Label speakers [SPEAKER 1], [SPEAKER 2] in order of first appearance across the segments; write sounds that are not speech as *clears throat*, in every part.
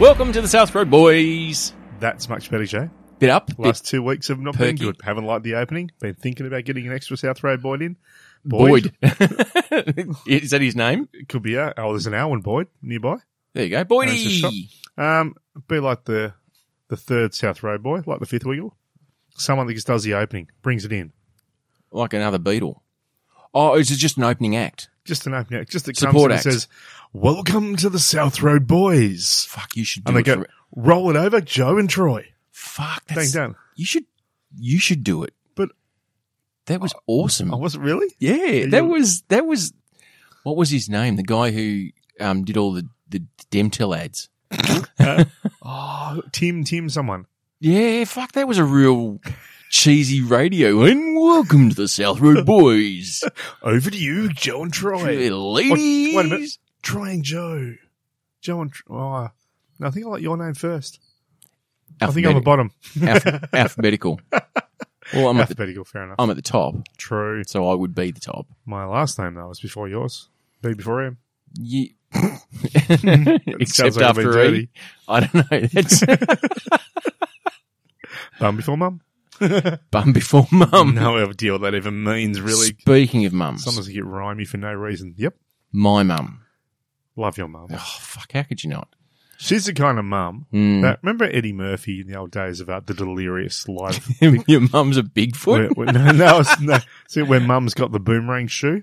[SPEAKER 1] Welcome to the South Road Boys.
[SPEAKER 2] That's much better, Jay.
[SPEAKER 1] Bit up, bit
[SPEAKER 2] Last two weeks have not been
[SPEAKER 1] perky.
[SPEAKER 2] good. Haven't liked the opening. Been thinking about getting an extra South Road Boyd in.
[SPEAKER 1] Boyd. *laughs* Is that his name?
[SPEAKER 2] It could be. Uh, oh, there's an Alwyn Boyd nearby.
[SPEAKER 1] There you go,
[SPEAKER 2] There's a shop.
[SPEAKER 1] Boydie.
[SPEAKER 2] Um, be like the the third South Road boy, like the fifth wiggle. Someone that just does the opening, brings it in.
[SPEAKER 1] Like another Beatle. Oh, is it just an opening act?
[SPEAKER 2] Just an opening, act, just that
[SPEAKER 1] Support
[SPEAKER 2] comes
[SPEAKER 1] act.
[SPEAKER 2] in and says, "Welcome to the South Road Boys,"
[SPEAKER 1] Fuck, you should do
[SPEAKER 2] and they
[SPEAKER 1] it.
[SPEAKER 2] go,
[SPEAKER 1] for-
[SPEAKER 2] "Roll it over, Joe and Troy."
[SPEAKER 1] Fuck,
[SPEAKER 2] Bang
[SPEAKER 1] that's,
[SPEAKER 2] done.
[SPEAKER 1] you should, you should do it.
[SPEAKER 2] But-
[SPEAKER 1] that was awesome.
[SPEAKER 2] I wasn't Oh, really.
[SPEAKER 1] yeah, that
[SPEAKER 2] you-
[SPEAKER 1] was that was. What was his name? The guy who um, did all the the Demtel ads.
[SPEAKER 2] Oh, Tim, Tim, someone.
[SPEAKER 1] Yeah, fuck, that was a real cheesy radio. And welcome to the South
[SPEAKER 2] *laughs*
[SPEAKER 1] Road Boys,
[SPEAKER 2] Over to you, Joe and Troy.
[SPEAKER 1] ladies.
[SPEAKER 2] wait a minute. Troy and Joe. Joe and Tr- oh, no, I think I like your name first. I think I'm the bottom. *laughs*
[SPEAKER 1] Alph- alphabetical. Well, I'm at, the,
[SPEAKER 2] Alphabetical, fair enough.
[SPEAKER 1] I'm at the top,
[SPEAKER 2] True.
[SPEAKER 1] so I would be the top.
[SPEAKER 2] My last name though was before yours. B before him.
[SPEAKER 1] Ye-
[SPEAKER 2] *laughs* It
[SPEAKER 1] Except
[SPEAKER 2] sounds like I'm being
[SPEAKER 1] after E.
[SPEAKER 2] dirty.
[SPEAKER 1] I don't know. That's *laughs*
[SPEAKER 2] Bum before mum.
[SPEAKER 1] bum before mum.
[SPEAKER 2] no idea what that even means, really.
[SPEAKER 1] Speaking of mums,
[SPEAKER 2] Sometimes you get rhymey for no reason. Yep.
[SPEAKER 1] my mum.
[SPEAKER 2] Love your mum.
[SPEAKER 1] Oh, fuck, how could you not?
[SPEAKER 2] She's the kind of mum.
[SPEAKER 1] Mm.
[SPEAKER 2] That, remember Eddie Murphy in the old days about the
[SPEAKER 1] *laughs*
[SPEAKER 2] delirious life?
[SPEAKER 1] *laughs* Your mum's a Bigfoot?
[SPEAKER 2] where, where- no, no, it's- no. See, when mum's got the boomerang shoe,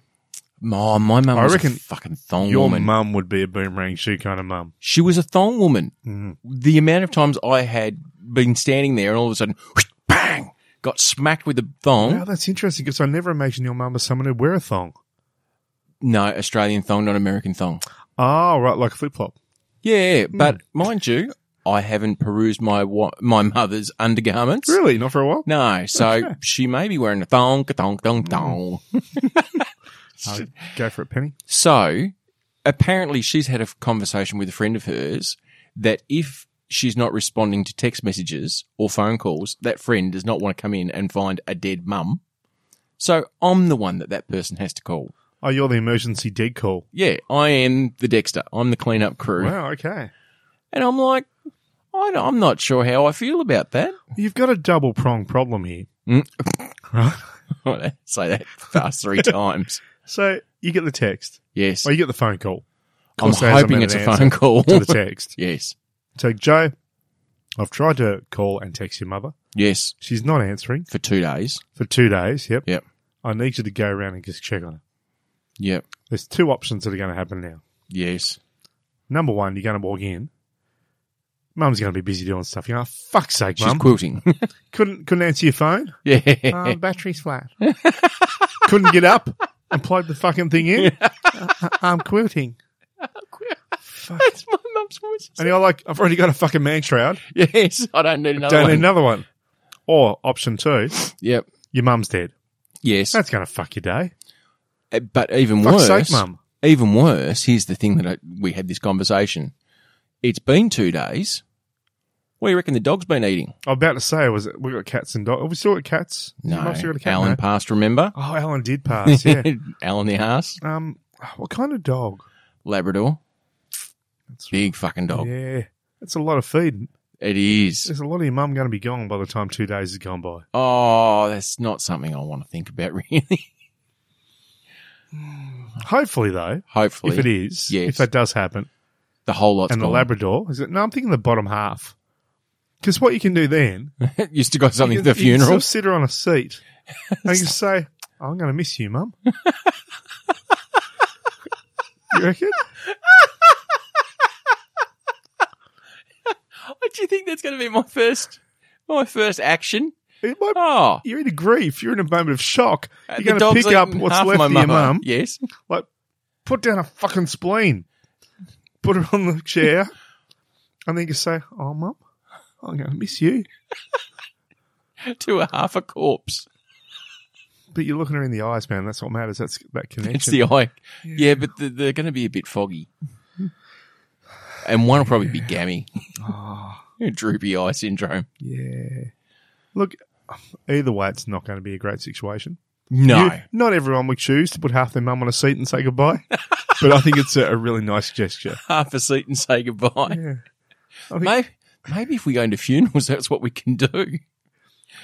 [SPEAKER 1] Oh, my mum
[SPEAKER 2] I
[SPEAKER 1] was a
[SPEAKER 2] reckon
[SPEAKER 1] fucking thong
[SPEAKER 2] your
[SPEAKER 1] woman.
[SPEAKER 2] mum would be a boomerang shoe kind of mum.
[SPEAKER 1] She was a thong woman.
[SPEAKER 2] Mm.
[SPEAKER 1] The amount of times I had been standing there and all of a sudden, whoosh, bang, got smacked with a thong.
[SPEAKER 2] Wow, that's interesting because I never imagined your mum as someone who'd wear a thong.
[SPEAKER 1] No, Australian thong, not American thong.
[SPEAKER 2] Oh, right, like a flip flop.
[SPEAKER 1] Yeah,
[SPEAKER 2] Mm.
[SPEAKER 1] but mind you, I haven't perused my wa- my mother's undergarments.
[SPEAKER 2] Really? Not for
[SPEAKER 1] *laughs*
[SPEAKER 2] a while?
[SPEAKER 1] No, so she may be wearing a thong, a thong, thong, thong.
[SPEAKER 2] I'll go for it, Penny.
[SPEAKER 1] So apparently, she's had a f- conversation with a friend of hers that if she's not responding to text messages or phone calls, that friend does not want to come in and find a dead mum. So I'm the one that that person has to call.
[SPEAKER 2] Oh, you're the emergency dead call.
[SPEAKER 1] Yeah, I am the Dexter. I'm the cleanup crew,
[SPEAKER 2] Wow, okay.
[SPEAKER 1] and I'm like, I don't- I'm not sure how I feel about that. *laughs*
[SPEAKER 2] You've got a double prong problem here.
[SPEAKER 1] Mm.
[SPEAKER 2] Right?
[SPEAKER 1] I say that fast
[SPEAKER 2] *laughs*
[SPEAKER 1] three times.
[SPEAKER 2] So you get the text,
[SPEAKER 1] Yes,
[SPEAKER 2] or you get the phone call. Of
[SPEAKER 1] I'm
[SPEAKER 2] course, there hasn't
[SPEAKER 1] hoping
[SPEAKER 2] been
[SPEAKER 1] it's
[SPEAKER 2] an
[SPEAKER 1] a
[SPEAKER 2] answer
[SPEAKER 1] phone call.
[SPEAKER 2] to *laughs* the text.
[SPEAKER 1] yes,
[SPEAKER 2] So, Joe, I've tried to call and text your mother.
[SPEAKER 1] yes,
[SPEAKER 2] She's not answering
[SPEAKER 1] for two days.
[SPEAKER 2] for two days. Yep.
[SPEAKER 1] Yep.
[SPEAKER 2] I need you to go around and just check on her.
[SPEAKER 1] Yep,
[SPEAKER 2] There's two options that are going to happen now.
[SPEAKER 1] yes.
[SPEAKER 2] Number one, you're going to walk in. Mum's going to be busy doing stuff. You know, fuck's sake,
[SPEAKER 1] She's
[SPEAKER 2] mum.
[SPEAKER 1] quilting.
[SPEAKER 2] couldn't couldn't answer your phone.
[SPEAKER 1] *laughs* yeah.
[SPEAKER 2] Uh, battery's flat. *laughs* couldn't get up and plug the fucking thing in. Uh, I'm quilting. Fuck.
[SPEAKER 1] That's my mum's voice.
[SPEAKER 2] *laughs* And you're like, I've already got a fucking man shroud.
[SPEAKER 1] Yes, I don't need another
[SPEAKER 2] Don't need
[SPEAKER 1] one.
[SPEAKER 2] another one. Or option two,
[SPEAKER 1] Yep.
[SPEAKER 2] your mum's dead.
[SPEAKER 1] Yes.
[SPEAKER 2] That's going to fuck your day.
[SPEAKER 1] Uh, But even
[SPEAKER 2] Fuck's
[SPEAKER 1] worse,
[SPEAKER 2] sake, mum.
[SPEAKER 1] even worse, here's the thing that I, we had this conversation. It's been two days. What do you reckon the dog's been eating?
[SPEAKER 2] I'm about to say, was it, we got cats and dogs. Have we still got cats? Your
[SPEAKER 1] No.
[SPEAKER 2] mum's still got a cat,
[SPEAKER 1] Alan
[SPEAKER 2] no?
[SPEAKER 1] passed, remember?
[SPEAKER 2] Oh, Alan did pass, yeah.
[SPEAKER 1] *laughs* Alan the ass.
[SPEAKER 2] um, what kind of dog?
[SPEAKER 1] Labrador.
[SPEAKER 2] That's
[SPEAKER 1] Big fucking dog.
[SPEAKER 2] Yeah. That's a lot of feeding.
[SPEAKER 1] It is.
[SPEAKER 2] There's a lot of your mum going to be gone by the time two days has gone by.
[SPEAKER 1] Oh, that's not something I want to think about, *laughs* really.
[SPEAKER 2] Hopefully, though,
[SPEAKER 1] Hopefully.
[SPEAKER 2] if it is,
[SPEAKER 1] Yes.
[SPEAKER 2] if that does happen,
[SPEAKER 1] The whole lot's
[SPEAKER 2] and the
[SPEAKER 1] gone. *laughs*
[SPEAKER 2] Labrador is it? No, I'm thinking the bottom half. Because what you can do then,
[SPEAKER 1] you still got
[SPEAKER 2] *laughs*
[SPEAKER 1] something
[SPEAKER 2] you
[SPEAKER 1] at
[SPEAKER 2] can,
[SPEAKER 1] the
[SPEAKER 2] you can
[SPEAKER 1] funeral?
[SPEAKER 2] still sit her on a
[SPEAKER 1] *laughs*
[SPEAKER 2] seat, and you can say, "I'm going to miss you, Mum." you reckon?
[SPEAKER 1] Do you think that's going to be my first, my first action?
[SPEAKER 2] It might,
[SPEAKER 1] Oh,
[SPEAKER 2] you're in a grief. You're in a moment of shock.
[SPEAKER 1] Uh, the
[SPEAKER 2] You're going
[SPEAKER 1] dog's
[SPEAKER 2] to pick
[SPEAKER 1] eaten
[SPEAKER 2] up what's
[SPEAKER 1] half
[SPEAKER 2] left
[SPEAKER 1] my
[SPEAKER 2] of your
[SPEAKER 1] mother.
[SPEAKER 2] mum.
[SPEAKER 1] Yes. *laughs*
[SPEAKER 2] Like, put down a fucking spleen, put her on the
[SPEAKER 1] *laughs*
[SPEAKER 2] chair, and then you can say, "Oh, Mum, I'm going to miss you."
[SPEAKER 1] to a half a corpse.
[SPEAKER 2] But you're looking her in the eyes, man. That's what matters. That's that connection.
[SPEAKER 1] It's the eye. Yeah, but the, they're going to be a bit foggy. And one will probably be gammy. *laughs* Droopy eye syndrome.
[SPEAKER 2] Ah, Yeah. Look, either way, it's not going to be a great situation.
[SPEAKER 1] No. *laughs*
[SPEAKER 2] You- not everyone would choose to put half their mum on a seat and
[SPEAKER 1] *laughs*
[SPEAKER 2] say goodbye, but I think it's a, a really nice gesture.
[SPEAKER 1] half a seat and say goodbye.
[SPEAKER 2] Yeah. I think,
[SPEAKER 1] Maybe, maybe if we go into funerals, *laughs* that's what we can do.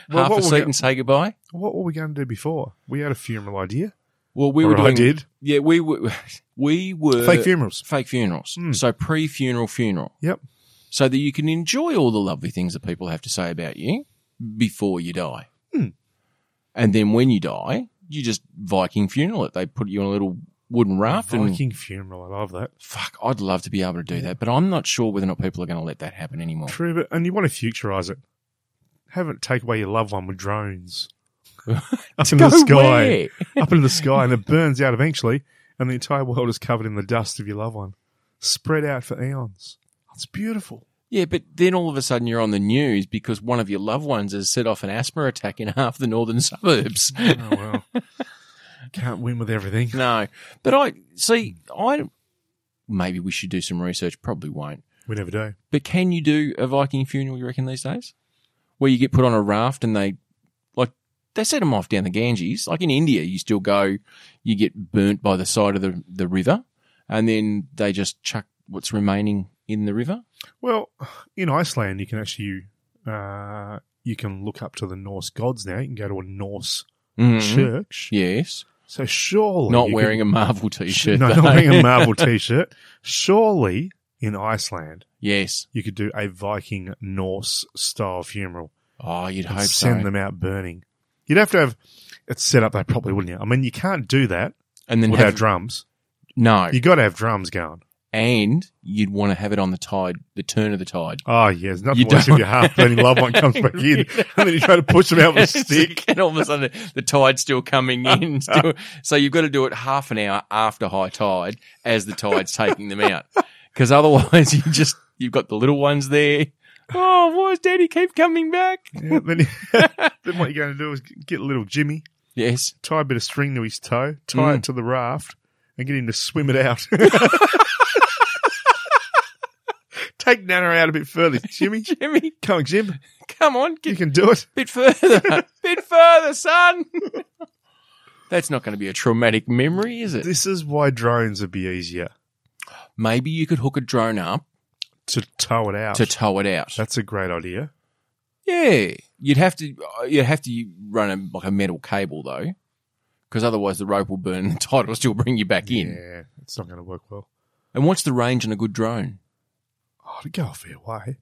[SPEAKER 2] Well,
[SPEAKER 1] Half
[SPEAKER 2] what
[SPEAKER 1] a
[SPEAKER 2] we'll
[SPEAKER 1] seat
[SPEAKER 2] get-
[SPEAKER 1] and say goodbye.
[SPEAKER 2] what were we going to do before? We had a funeral idea.
[SPEAKER 1] Well, we were
[SPEAKER 2] Or I
[SPEAKER 1] doing.
[SPEAKER 2] did.
[SPEAKER 1] Yeah, we were. *laughs* We were
[SPEAKER 2] Fake funerals.
[SPEAKER 1] fake funerals.
[SPEAKER 2] Hmm.
[SPEAKER 1] So pre-funeral funeral.
[SPEAKER 2] Yep.
[SPEAKER 1] So that you can enjoy all the lovely things that people have to say about you before you die.
[SPEAKER 2] Hmm.
[SPEAKER 1] And then when you die, you just Viking funeral it. They put you on a little wooden raft and
[SPEAKER 2] Viking funeral. I love that.
[SPEAKER 1] fuck, I'd love to be able to do that, but I'm not sure whether or not people are going to let that happen anymore.
[SPEAKER 2] True, but, and you want to futurize it. Have it take away your loved one
[SPEAKER 1] *laughs*
[SPEAKER 2] with drones up in
[SPEAKER 1] Go
[SPEAKER 2] the sky,
[SPEAKER 1] where?
[SPEAKER 2] up into the sky, and it burns out eventually, and the entire world is covered in the dust of your loved one, spread out for eons.
[SPEAKER 1] *laughs*
[SPEAKER 2] It's beautiful.
[SPEAKER 1] Yeah, but then all of a sudden you're on the news because one of your loved ones has set off an asthma attack in half the northern *laughs* suburbs.
[SPEAKER 2] Oh well, can't win with everything.
[SPEAKER 1] no, but I see. I maybe we should do some research. Probably won't.
[SPEAKER 2] We never do.
[SPEAKER 1] But can you do a Viking funeral? You reckon these days, where you get put on a raft and they like they set them off down the Ganges, like in India, you still go, you get burnt by the side of the the river, and then they just chuck what's remaining in the river.
[SPEAKER 2] Well, in Iceland, you can actually uh, you can look up to the Norse gods now. You can go to a Norse church.
[SPEAKER 1] Yes,
[SPEAKER 2] So surely
[SPEAKER 1] Mm-hmm. not
[SPEAKER 2] Mm-hmm. you can-
[SPEAKER 1] wearing a Marvel t-shirt.
[SPEAKER 2] no,
[SPEAKER 1] though.
[SPEAKER 2] *laughs* not wearing a Marvel T-shirt. Surely in Iceland
[SPEAKER 1] *laughs* yes.
[SPEAKER 2] you could do a Viking Norse style funeral
[SPEAKER 1] Oh, you'd
[SPEAKER 2] and
[SPEAKER 1] hope
[SPEAKER 2] send
[SPEAKER 1] so.
[SPEAKER 2] them out burning. You'd have to have it set up though, probably, wouldn't you? I mean, you can't do that
[SPEAKER 1] and then
[SPEAKER 2] without
[SPEAKER 1] have,
[SPEAKER 2] drums.
[SPEAKER 1] no,
[SPEAKER 2] You got to have drums going.
[SPEAKER 1] and you'd want to have it on the tide, the turn of the tide.
[SPEAKER 2] Oh yeah, it's nothing
[SPEAKER 1] You
[SPEAKER 2] worse
[SPEAKER 1] don't-
[SPEAKER 2] if your half burning loved one comes
[SPEAKER 1] *laughs*
[SPEAKER 2] back in, *laughs* and then you try to push them out with a stick.
[SPEAKER 1] and all of a sudden the tide's still coming
[SPEAKER 2] *laughs*
[SPEAKER 1] in. Still. So you've got to do it half an hour after high tide as the tide's taking them out. Because otherwise *laughs* you just, you've got the little ones there. Oh, why does daddy keep coming back?
[SPEAKER 2] Yeah, then, *laughs* then what you're going to do is get little Jimmy,
[SPEAKER 1] Yes.
[SPEAKER 2] tie a bit of string to his toe, tie
[SPEAKER 1] Mm.
[SPEAKER 2] it to the raft, and get him to swim it out. *laughs* Take Nana out a bit further, Jimmy.
[SPEAKER 1] Jimmy,
[SPEAKER 2] Come on, Jim.
[SPEAKER 1] come on,
[SPEAKER 2] You
[SPEAKER 1] get
[SPEAKER 2] can do it.
[SPEAKER 1] a bit further. *laughs* bit further, son. *laughs* That's not going to be a traumatic memory, is it?
[SPEAKER 2] This is why drones would be easier
[SPEAKER 1] Maybe you could hook a drone up
[SPEAKER 2] to tow it out.
[SPEAKER 1] to tow it out.
[SPEAKER 2] That's a great idea.
[SPEAKER 1] Yeah, you'd have to uh, you'd have to run a, like a metal cable though, because otherwise the rope will burn *laughs* and the tide will still bring you back in.
[SPEAKER 2] Yeah, it's not going to work well.
[SPEAKER 1] And what's the range on a good drone?
[SPEAKER 2] Oh, to go a fair way.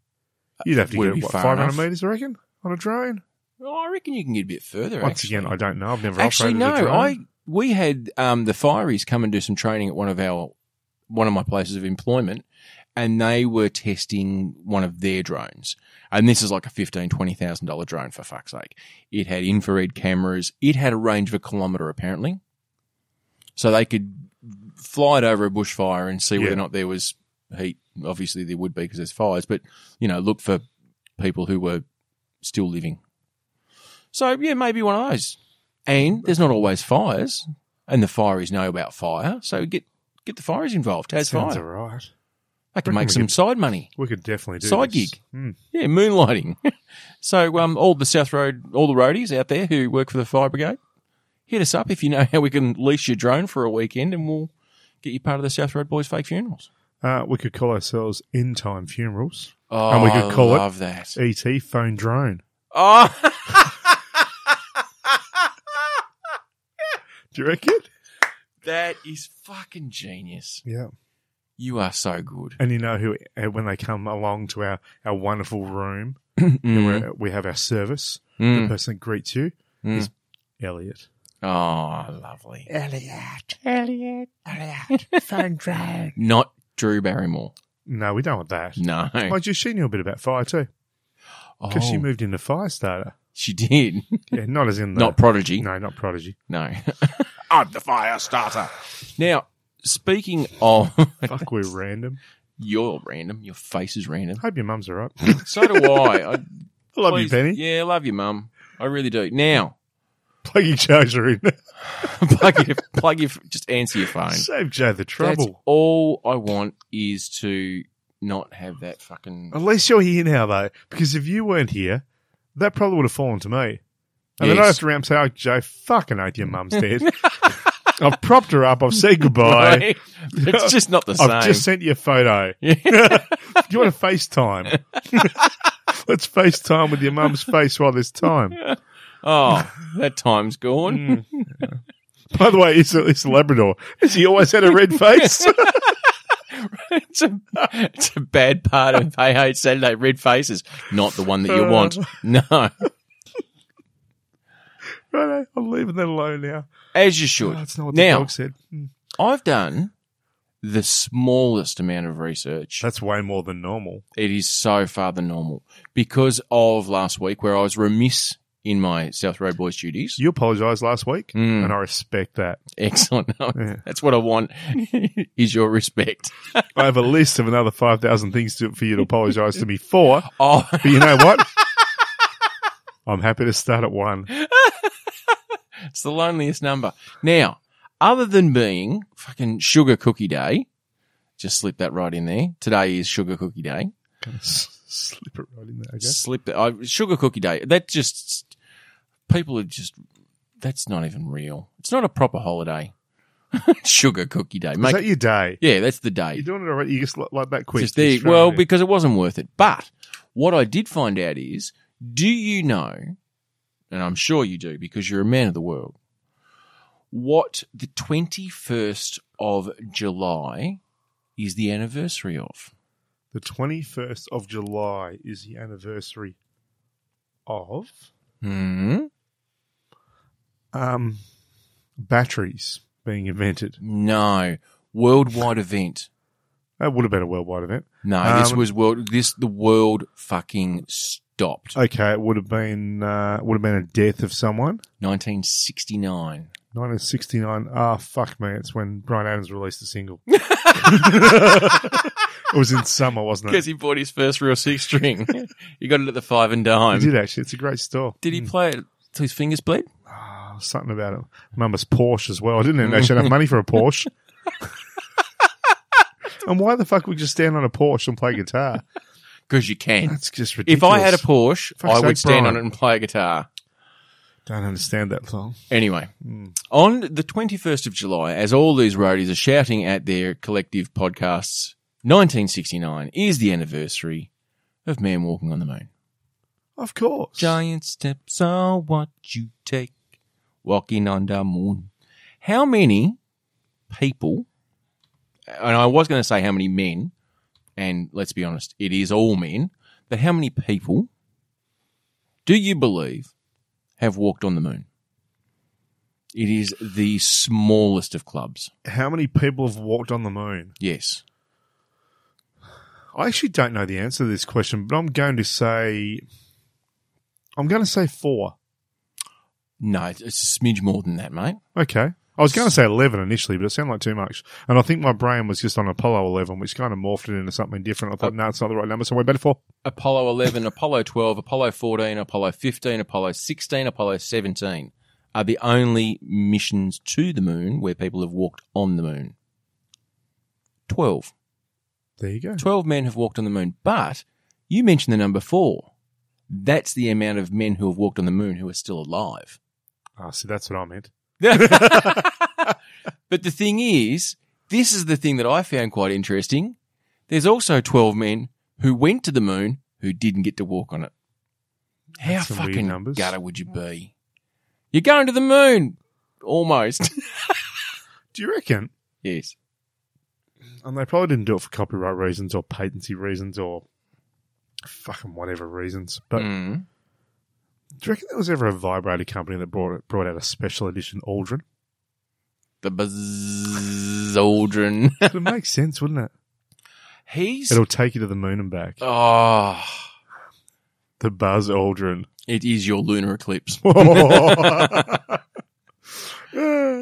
[SPEAKER 2] You'd have to
[SPEAKER 1] Would it
[SPEAKER 2] get
[SPEAKER 1] be
[SPEAKER 2] what
[SPEAKER 1] Uh, far
[SPEAKER 2] five hundred
[SPEAKER 1] enough?
[SPEAKER 2] meters, I reckon, on a drone.
[SPEAKER 1] Oh, I reckon you can get a bit further.
[SPEAKER 2] Once
[SPEAKER 1] actually.
[SPEAKER 2] again, I don't know. I've never
[SPEAKER 1] actually no,
[SPEAKER 2] operated a drone.
[SPEAKER 1] I we had um, the fireys come and do some training at one of our one of my places of employment, and they were testing one of their drones. And this is like a fifteen twenty thousand dollar drone for fuck's sake. It had infrared cameras. It had a range of a kilometre apparently, so they could fly it over a bushfire and see whether
[SPEAKER 2] Yeah.
[SPEAKER 1] or not there was heat. Obviously, there would be because there's fires, but you know, look for people who were still living. So yeah, maybe one of those. And there's not always fires, and the fireys know about fire, so get get the fireys involved. Has
[SPEAKER 2] Sounds
[SPEAKER 1] fire?
[SPEAKER 2] all right.
[SPEAKER 1] They can
[SPEAKER 2] reckon
[SPEAKER 1] make
[SPEAKER 2] we
[SPEAKER 1] some
[SPEAKER 2] could-
[SPEAKER 1] side money.
[SPEAKER 2] We could definitely do
[SPEAKER 1] Side
[SPEAKER 2] this.
[SPEAKER 1] gig.
[SPEAKER 2] Hmm.
[SPEAKER 1] Yeah, moonlighting. *laughs* so um, all the South Road, all the roadies out there who work for the fire brigade, hit us up if you know *laughs* how we can lease your drone for a weekend, and we'll get you part of the South Road Boys fake funerals.
[SPEAKER 2] Uh, we could call ourselves End Time Funerals.
[SPEAKER 1] Oh,
[SPEAKER 2] And we could call
[SPEAKER 1] I
[SPEAKER 2] it-
[SPEAKER 1] love that.
[SPEAKER 2] ET phone drone. *laughs*
[SPEAKER 1] Oh,
[SPEAKER 2] Do you reckon?
[SPEAKER 1] that is fucking genius.
[SPEAKER 2] Yeah.
[SPEAKER 1] You are so
[SPEAKER 2] *clears throat*
[SPEAKER 1] good.
[SPEAKER 2] And you know who? uh, When they come along to our, our wonderful room
[SPEAKER 1] Mm,
[SPEAKER 2] where we have our service, the
[SPEAKER 1] mm,
[SPEAKER 2] person that greets you,
[SPEAKER 1] mm.
[SPEAKER 2] Elliot.
[SPEAKER 1] Oh, lovely.
[SPEAKER 2] Elliot.
[SPEAKER 1] Elliot.
[SPEAKER 2] Elliot. phone drone.
[SPEAKER 1] Not Drew Barrymore.
[SPEAKER 2] No, we don't want that.
[SPEAKER 1] No.
[SPEAKER 2] Mind you, she knew a bit about fire too
[SPEAKER 1] Oh,
[SPEAKER 2] because Oh. she moved into Firestarter.
[SPEAKER 1] she
[SPEAKER 2] *laughs*
[SPEAKER 1] did. *laughs*
[SPEAKER 2] Yeah, not as in the
[SPEAKER 1] Not Prodigy.
[SPEAKER 2] no,
[SPEAKER 1] *laughs*
[SPEAKER 2] not Prodigy. *laughs*
[SPEAKER 1] No. I'm the fire starter. Now, speaking of *laughs*
[SPEAKER 2] Fuck, we're random.
[SPEAKER 1] you're random, your face is random.
[SPEAKER 2] Hope your mum's all right.
[SPEAKER 1] So do I. I
[SPEAKER 2] *laughs* Love
[SPEAKER 1] please-
[SPEAKER 2] you, Penny.
[SPEAKER 1] Yeah, love you, Mum. I really do. Now,
[SPEAKER 2] Plug your charger in.
[SPEAKER 1] *laughs* plug your, plug your, just answer your phone.
[SPEAKER 2] *laughs* Save Joe the
[SPEAKER 1] That's
[SPEAKER 2] trouble.
[SPEAKER 1] all I want is to not have that fucking.
[SPEAKER 2] At least you're here now, though, because if you weren't here, that probably would have fallen to me. And then
[SPEAKER 1] Yes. *laughs*
[SPEAKER 2] I'd have to ramp say, oh, Joe, fucking oath your mum's dead. I've propped her up. I've said goodbye.
[SPEAKER 1] Right? *laughs* It's just not the same.
[SPEAKER 2] Oh,
[SPEAKER 1] *laughs*
[SPEAKER 2] I've just sent you a photo. Do you want to FaceTime? *laughs* Let's FaceTime with your mum's face while there's time.
[SPEAKER 1] oh, that time's gone.
[SPEAKER 2] Mm. By the way, it's a, it's a Labrador. Has he always had
[SPEAKER 1] *laughs*
[SPEAKER 2] a red
[SPEAKER 1] *laughs*
[SPEAKER 2] face? *laughs*
[SPEAKER 1] It's, a, it's a bad part of Hey Hey Saturday. Red faces, not the one that you
[SPEAKER 2] *laughs*
[SPEAKER 1] want. No,
[SPEAKER 2] Righto, eh? I'm leaving that alone now.
[SPEAKER 1] as you should.
[SPEAKER 2] Oh, that's not what the
[SPEAKER 1] now,
[SPEAKER 2] dog said. Mm.
[SPEAKER 1] I've done the smallest amount of research.
[SPEAKER 2] That's way more than normal.
[SPEAKER 1] It is so far than normal because of last week where I was remiss in my South Road Boys duties.
[SPEAKER 2] You apologised last week,
[SPEAKER 1] Mm.
[SPEAKER 2] and I respect that.
[SPEAKER 1] *laughs* Excellent. No,
[SPEAKER 2] Yeah.
[SPEAKER 1] That's what I
[SPEAKER 2] *laughs*
[SPEAKER 1] want is your respect.
[SPEAKER 2] I have a list of another 5,000 things to, for you to apologise to me for,
[SPEAKER 1] Oh,
[SPEAKER 2] but you
[SPEAKER 1] *laughs*
[SPEAKER 2] know what? I'm happy to start at one.
[SPEAKER 1] it's the loneliest number. Now, other than being fucking sugar cookie day, just slip that right in there. Today is sugar cookie day.
[SPEAKER 2] Gonna s- slip it right in there, okay?
[SPEAKER 1] Slip that. I, sugar cookie day. That just people are just. That's not even real. It's not a proper holiday. *laughs* sugar cookie day.
[SPEAKER 2] Is
[SPEAKER 1] Make,
[SPEAKER 2] that your day?
[SPEAKER 1] yeah, that's the day.
[SPEAKER 2] You're doing it already. You just like, like that quick.
[SPEAKER 1] Just there-
[SPEAKER 2] Just throw
[SPEAKER 1] well,
[SPEAKER 2] it in.
[SPEAKER 1] because it wasn't worth it. But what I did find out is, do you know, and I'm sure you do because you're a man of the world, what the 21st of July is the anniversary of?
[SPEAKER 2] the 21st of July is the anniversary of
[SPEAKER 1] Hmm?
[SPEAKER 2] um, batteries being invented.
[SPEAKER 1] No. Worldwide event.
[SPEAKER 2] That would have been a worldwide event.
[SPEAKER 1] No, this
[SPEAKER 2] Um,
[SPEAKER 1] was world. This the world fucking stopped.
[SPEAKER 2] Okay, it would have been uh, would have been a death of someone.
[SPEAKER 1] 1969.
[SPEAKER 2] 1969. Ah, fuck me. It's when Brian Adams released a single. it was in summer, wasn't it?
[SPEAKER 1] Because he bought his first real six *laughs* string. he got it at the five and
[SPEAKER 2] I
[SPEAKER 1] dime.
[SPEAKER 2] did actually. It's a great store.
[SPEAKER 1] Did he play it till his fingers bled?
[SPEAKER 2] Ah, something about it. Mama's Porsche as well. I didn't actually have enough money for a Porsche. and why the fuck would you just stand on a Porsche and play guitar?
[SPEAKER 1] Because you can.
[SPEAKER 2] That's just ridiculous.
[SPEAKER 1] If I had a Porsche,
[SPEAKER 2] Fuck's
[SPEAKER 1] I would
[SPEAKER 2] sake,
[SPEAKER 1] stand on
[SPEAKER 2] Brian.
[SPEAKER 1] it and play a guitar.
[SPEAKER 2] don't understand that song.
[SPEAKER 1] Anyway,
[SPEAKER 2] Mm.
[SPEAKER 1] on the 21st of July, as all these roadies are shouting at their collective podcasts, 1969 is the anniversary of Man Walking on the Moon.
[SPEAKER 2] Of course.
[SPEAKER 1] Giant steps are what you take walking on the moon. How many people, and I was going to say how many men, and let's be honest, it is all men, but how many people do you believe have walked on the moon? It is the smallest of clubs.
[SPEAKER 2] How many people have walked on the moon?
[SPEAKER 1] Yes.
[SPEAKER 2] I actually don't know the answer to this question, but I'm going to say. I'm going to say four.
[SPEAKER 1] No, it's it's a smidge more than that, mate.
[SPEAKER 2] Okay. I was going to say 11 initially, but it sounded like too much. And I think my brain was just on Apollo 11, which kind of morphed it into something different. I thought,
[SPEAKER 1] Oh.
[SPEAKER 2] no, it's not the right number, so we're better for.
[SPEAKER 1] Apollo 11, Apollo 12, Apollo 14, Apollo 15, Apollo 16, Apollo 17 are the only missions to the moon where people have walked on the moon. 12.
[SPEAKER 2] There you go.
[SPEAKER 1] 12 men have walked on the moon, but you mentioned the number 4. That's the amount of men who have walked on the moon who are still alive.
[SPEAKER 2] Ah, see, that's what I meant.
[SPEAKER 1] *laughs* but the thing is, this is the thing that I found quite interesting. There's also 12 men who went to the moon who didn't get to walk on it. How
[SPEAKER 2] That's some weird
[SPEAKER 1] fucking
[SPEAKER 2] numbers.
[SPEAKER 1] gutter would you be? You're going to the moon. Almost. *laughs*
[SPEAKER 2] Do you reckon?
[SPEAKER 1] yes.
[SPEAKER 2] And they probably didn't do it for copyright reasons or patency reasons or fucking whatever reasons. But
[SPEAKER 1] Mm.
[SPEAKER 2] do you reckon there was ever a vibrator company that brought it, brought out a special edition Aldrin?
[SPEAKER 1] The buzz Aldrin. *laughs*
[SPEAKER 2] it makes sense, wouldn't it?
[SPEAKER 1] He's.
[SPEAKER 2] It'll take you to the moon and back.
[SPEAKER 1] Oh.
[SPEAKER 2] The Buzz
[SPEAKER 1] *laughs*
[SPEAKER 2] Aldrin. *laughs*
[SPEAKER 1] It is your lunar eclipse.
[SPEAKER 2] yeah,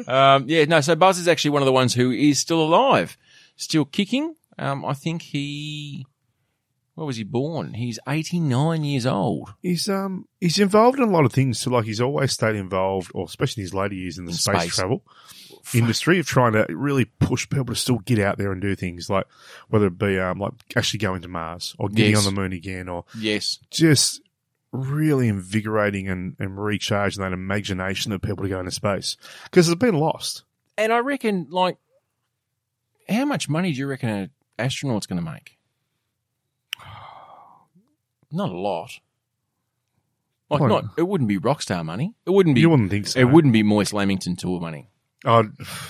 [SPEAKER 1] Um, yeah, no, so Buzz is actually one of the ones who is still alive, still kicking. Um, I think he, where was he born? He's 89 years old.
[SPEAKER 2] he's um he's involved in a lot of things. So like he's always stayed involved, or especially in his later years in the
[SPEAKER 1] In
[SPEAKER 2] space,
[SPEAKER 1] space.
[SPEAKER 2] travel industry of trying to really push people to still get out there and do things like whether it be um like actually going to Mars or getting
[SPEAKER 1] Yes.
[SPEAKER 2] on the moon again or
[SPEAKER 1] Yes.
[SPEAKER 2] just really invigorating and, and recharging that imagination of people to go into space because it's been lost.
[SPEAKER 1] And I reckon, like, how much money do you reckon an astronaut's going to make? *sighs* Not a lot. Like,
[SPEAKER 2] Probably
[SPEAKER 1] not. It wouldn't be rockstar money. It wouldn't be.
[SPEAKER 2] you wouldn't think so.
[SPEAKER 1] It wouldn't be Moist Lamington tour money.
[SPEAKER 2] Oh,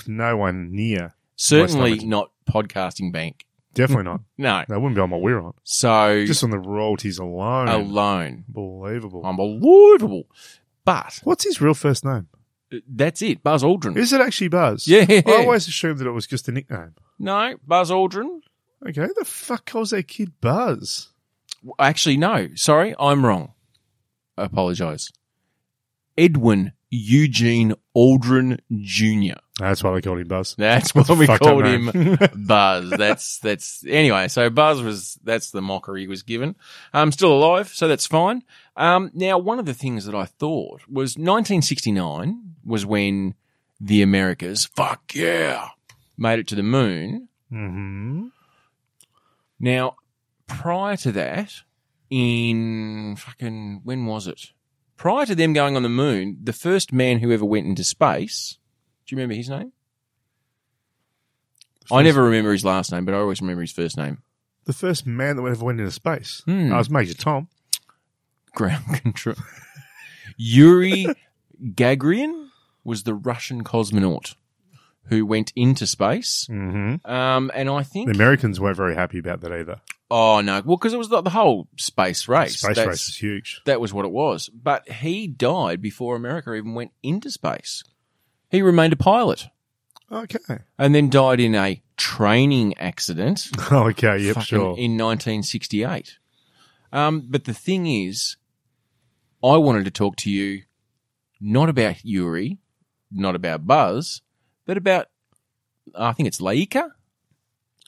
[SPEAKER 2] no one near.
[SPEAKER 1] Certainly
[SPEAKER 2] Lamington.
[SPEAKER 1] not podcasting bank. Mm.
[SPEAKER 2] Definitely not.
[SPEAKER 1] No.
[SPEAKER 2] They wouldn't be on what we're on.
[SPEAKER 1] So
[SPEAKER 2] Just on the royalties alone.
[SPEAKER 1] alone, Um,
[SPEAKER 2] Unbelievable.
[SPEAKER 1] unbelievable. But
[SPEAKER 2] What's his real first name?
[SPEAKER 1] that's it. Buzz Aldrin.
[SPEAKER 2] Is it actually Buzz?
[SPEAKER 1] Mm. yeah.
[SPEAKER 2] I always assumed that it was just a nickname.
[SPEAKER 1] No, Buzz Aldrin.
[SPEAKER 2] Okay, the fuck calls their kid Buzz?
[SPEAKER 1] Actually, no. Sorry, I'm wrong. I apologise. Edwin Eugene Aldrin Jr.
[SPEAKER 2] That's why they called him Buzz.
[SPEAKER 1] *laughs* That's what we
[SPEAKER 2] Fucked up
[SPEAKER 1] called
[SPEAKER 2] name.
[SPEAKER 1] him. *laughs*
[SPEAKER 2] *laughs*
[SPEAKER 1] Buzz. That's that's anyway. So Buzz was that's the mockery he was given. Um, still alive, so that's fine. Um, now one of the things that I thought was 1969 was when the Americas fuck yeah made it to the moon.
[SPEAKER 2] hmm
[SPEAKER 1] Now prior to that, in fucking when was it? Prior to them going on the moon, the first man who ever went into space. Do you remember his name? I never remember his last name, but I always remember his first name.
[SPEAKER 2] The first man that ever went into space.
[SPEAKER 1] Hmm.
[SPEAKER 2] I was Major Tom.
[SPEAKER 1] ground *laughs* control. Yuri Gagarin was the Russian cosmonaut who went into space.
[SPEAKER 2] Mm-hmm.
[SPEAKER 1] Um, and I
[SPEAKER 2] The
[SPEAKER 1] think,
[SPEAKER 2] Americans weren't very happy about that either.
[SPEAKER 1] oh no, well, because it was the, the whole space race.
[SPEAKER 2] Space
[SPEAKER 1] That's-
[SPEAKER 2] race is huge.
[SPEAKER 1] That was what it was. But he died before America even went into space. He remained a pilot
[SPEAKER 2] Okay.
[SPEAKER 1] and then died in a training accident.
[SPEAKER 2] *laughs* Okay, yep,
[SPEAKER 1] fucking
[SPEAKER 2] sure.
[SPEAKER 1] in 1968. Um, but the thing is, I wanted to talk to you not about Yuri, not about Buzz, but about I think it's Laika.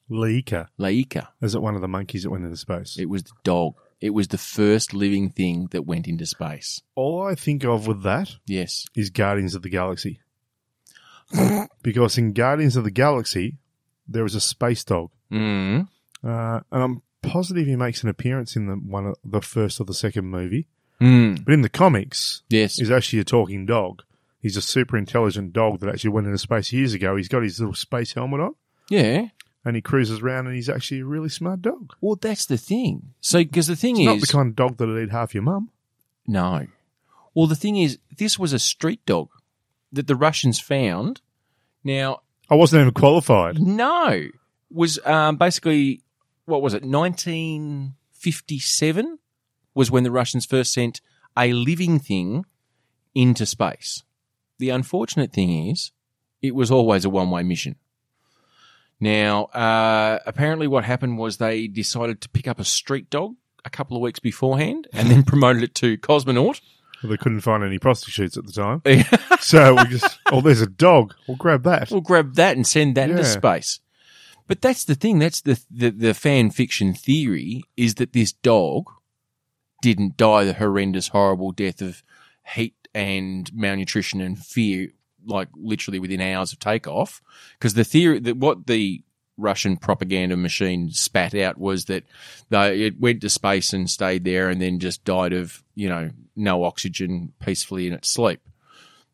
[SPEAKER 2] Leica.
[SPEAKER 1] Laika.
[SPEAKER 2] Is it one of the monkeys that went into space?
[SPEAKER 1] It was the dog. It was the first living thing that went into space.
[SPEAKER 2] All I think of with that *laughs*
[SPEAKER 1] Yes.
[SPEAKER 2] is Guardians of the Galaxy. because in Guardians of the Galaxy, there is a space dog.
[SPEAKER 1] Mm.
[SPEAKER 2] Uh, and I'm positive he makes an appearance in the one of the first or the second movie.
[SPEAKER 1] Mm.
[SPEAKER 2] But in the comics,
[SPEAKER 1] Yes.
[SPEAKER 2] he's actually a talking dog. He's a super intelligent dog that actually went into space years ago. He's got his little space helmet on
[SPEAKER 1] Yeah.
[SPEAKER 2] and he cruises around and he's actually a really smart dog.
[SPEAKER 1] Well, that's the thing. So, because the thing
[SPEAKER 2] It's not
[SPEAKER 1] is,
[SPEAKER 2] the kind of dog that'd eat half your mum.
[SPEAKER 1] No. Well, the thing is, this was a street dog that the Russians found. Now,
[SPEAKER 2] I wasn't even qualified.
[SPEAKER 1] no, was um, basically what was it? Nineteen fifty-seven was when the Russians first sent a living thing into space. The unfortunate thing is, it was always a one-way mission. Now, uh, apparently, what happened was they decided to pick up a street dog a couple of weeks beforehand, and then *laughs* promoted it to cosmonaut. *laughs*
[SPEAKER 2] They couldn't find any prostitutes at the time. So we just, oh, there's a dog. We'll grab that.
[SPEAKER 1] We'll grab that and send that into
[SPEAKER 2] Yeah.
[SPEAKER 1] space. But that's the thing. That's the, the the fan fiction theory is that this dog didn't die the horrendous, horrible death of heat and malnutrition and fear, like literally within hours of takeoff. Because the theory that what the Russian propaganda machine spat out was that they, it went to space and stayed there and then just died of you know no oxygen peacefully in its sleep.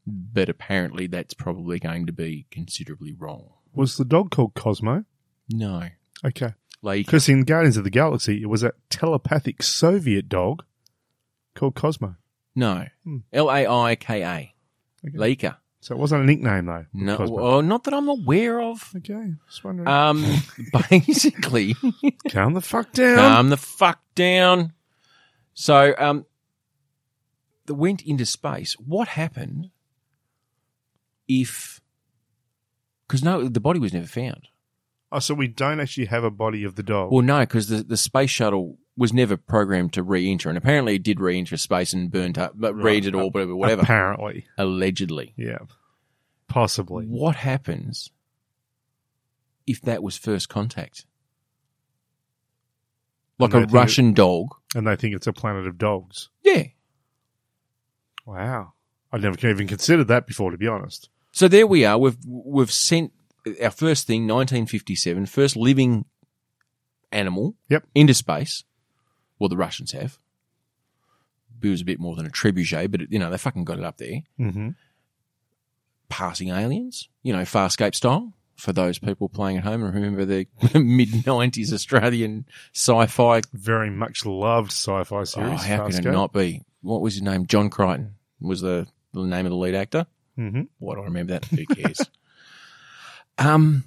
[SPEAKER 1] But apparently, that's probably going to be considerably wrong.
[SPEAKER 2] Was the dog called Cosmo?
[SPEAKER 1] No,
[SPEAKER 2] Okay.
[SPEAKER 1] like
[SPEAKER 2] Because in Guardians of the Galaxy, it was a telepathic Soviet dog called Cosmo.
[SPEAKER 1] no,
[SPEAKER 2] Hmm.
[SPEAKER 1] L A I K A,
[SPEAKER 2] Okay.
[SPEAKER 1] Leica.
[SPEAKER 2] So it wasn't a nickname, though.
[SPEAKER 1] No,
[SPEAKER 2] Cosmo.
[SPEAKER 1] well, not that I'm aware of.
[SPEAKER 2] Okay, just wondering.
[SPEAKER 1] Um, basically,
[SPEAKER 2] Calm the fuck down.
[SPEAKER 1] calm the fuck down. So, um, that went into space. What happened if? Because no, the body was never found.
[SPEAKER 2] oh, so we don't actually have a body of the dog.
[SPEAKER 1] Well, no, because the, the space shuttle was never programmed to re-enter, and apparently it did re-enter space and burnt up, but
[SPEAKER 2] Right.
[SPEAKER 1] re-entered orbit or whatever.
[SPEAKER 2] Apparently,
[SPEAKER 1] allegedly,
[SPEAKER 2] yeah, possibly.
[SPEAKER 1] what happens if that was first contact? Like
[SPEAKER 2] And
[SPEAKER 1] a
[SPEAKER 2] they think
[SPEAKER 1] Russian dog?
[SPEAKER 2] And they think it's a planet of dogs.
[SPEAKER 1] Yeah.
[SPEAKER 2] Wow, I never even considered that before, to be honest.
[SPEAKER 1] So there we are. We've we've sent our first thing, 1957, first living animal
[SPEAKER 2] Yep.
[SPEAKER 1] into space. Well, the Russians have. It was a bit more than a trebuchet, but it, you know they fucking got it up there.
[SPEAKER 2] Mm-hmm.
[SPEAKER 1] passing aliens, you know, Farscape style. For those people playing at home, and remember *laughs* the mid '90s Australian sci-fi.
[SPEAKER 2] Very much loved sci-fi
[SPEAKER 1] Oh,
[SPEAKER 2] series.
[SPEAKER 1] how can it not be? What was his name? John Crichton was the, the name of the lead actor.
[SPEAKER 2] hmm
[SPEAKER 1] Why do I remember that?
[SPEAKER 2] *laughs*
[SPEAKER 1] Who cares? um,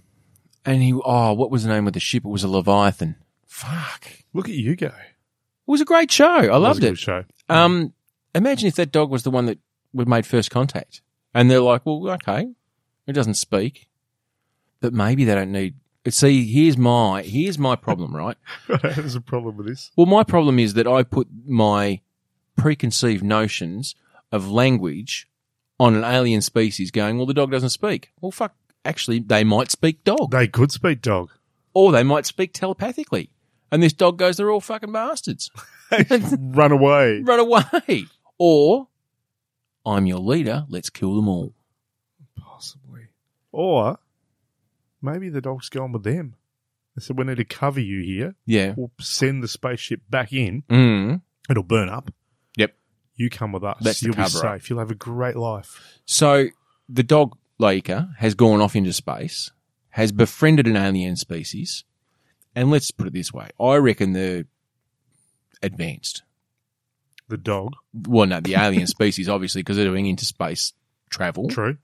[SPEAKER 1] and he. Oh, what was the name of the ship? It was a Leviathan. Fuck.
[SPEAKER 2] Look at you go.
[SPEAKER 1] It was a great show. I
[SPEAKER 2] That was
[SPEAKER 1] loved
[SPEAKER 2] a
[SPEAKER 1] it.
[SPEAKER 2] good Show.
[SPEAKER 1] Um, imagine if that dog was the one that would made first contact, and they're like, "Well, okay, it doesn't speak, but maybe they don't need." See, here's my here's my problem, right?
[SPEAKER 2] *laughs* There's a problem with this.
[SPEAKER 1] Well, my problem is that I put my preconceived notions of language on an alien species, going, "Well, the dog doesn't speak." Well, fuck. Actually, they might speak dog,
[SPEAKER 2] They could speak *laughs* dog.
[SPEAKER 1] or they might speak telepathically. And this dog goes, "They're all fucking bastards."
[SPEAKER 2] Run away.
[SPEAKER 1] run away. Or I'm your leader, let's kill them all.
[SPEAKER 2] Possibly. Or maybe the dog's gone with them. They said, we need to cover you here.
[SPEAKER 1] Yeah.
[SPEAKER 2] We'll send the spaceship back in.
[SPEAKER 1] Mm.
[SPEAKER 2] It'll burn up.
[SPEAKER 1] Yep.
[SPEAKER 2] You come with us.
[SPEAKER 1] That's the
[SPEAKER 2] You'll be
[SPEAKER 1] cover up.
[SPEAKER 2] safe. You'll have a great life.
[SPEAKER 1] So the dog Laika has gone off into space, has befriended an alien species, and let's put it this way: I reckon they're advanced.
[SPEAKER 2] The dog.
[SPEAKER 1] Well, no, the
[SPEAKER 2] *laughs*
[SPEAKER 1] alien species obviously because they're doing interspace travel.
[SPEAKER 2] True.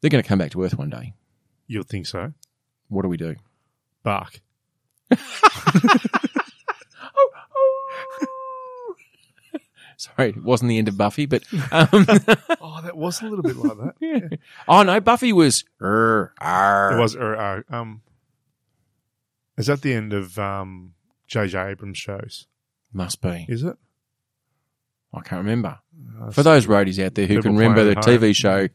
[SPEAKER 1] They're going to come back to Earth one day.
[SPEAKER 2] You'd think so.
[SPEAKER 1] What do we do? *laughs*
[SPEAKER 2] Bark.
[SPEAKER 1] Sorry, it wasn't the end of Buffy, but
[SPEAKER 2] *laughs*
[SPEAKER 1] um,
[SPEAKER 2] *laughs*
[SPEAKER 1] *laughs*
[SPEAKER 2] Oh, that was a little bit like that.
[SPEAKER 1] oh no, Buffy was. "Arr, arr."
[SPEAKER 2] It was. Uh, uh, um, is that the end of um, J.J. Abrams shows?
[SPEAKER 1] Must be.
[SPEAKER 2] Is it?
[SPEAKER 1] I can't remember.
[SPEAKER 2] Uh,
[SPEAKER 1] For those roadies out there who
[SPEAKER 2] People
[SPEAKER 1] can remember the
[SPEAKER 2] playing at home.
[SPEAKER 1] TV show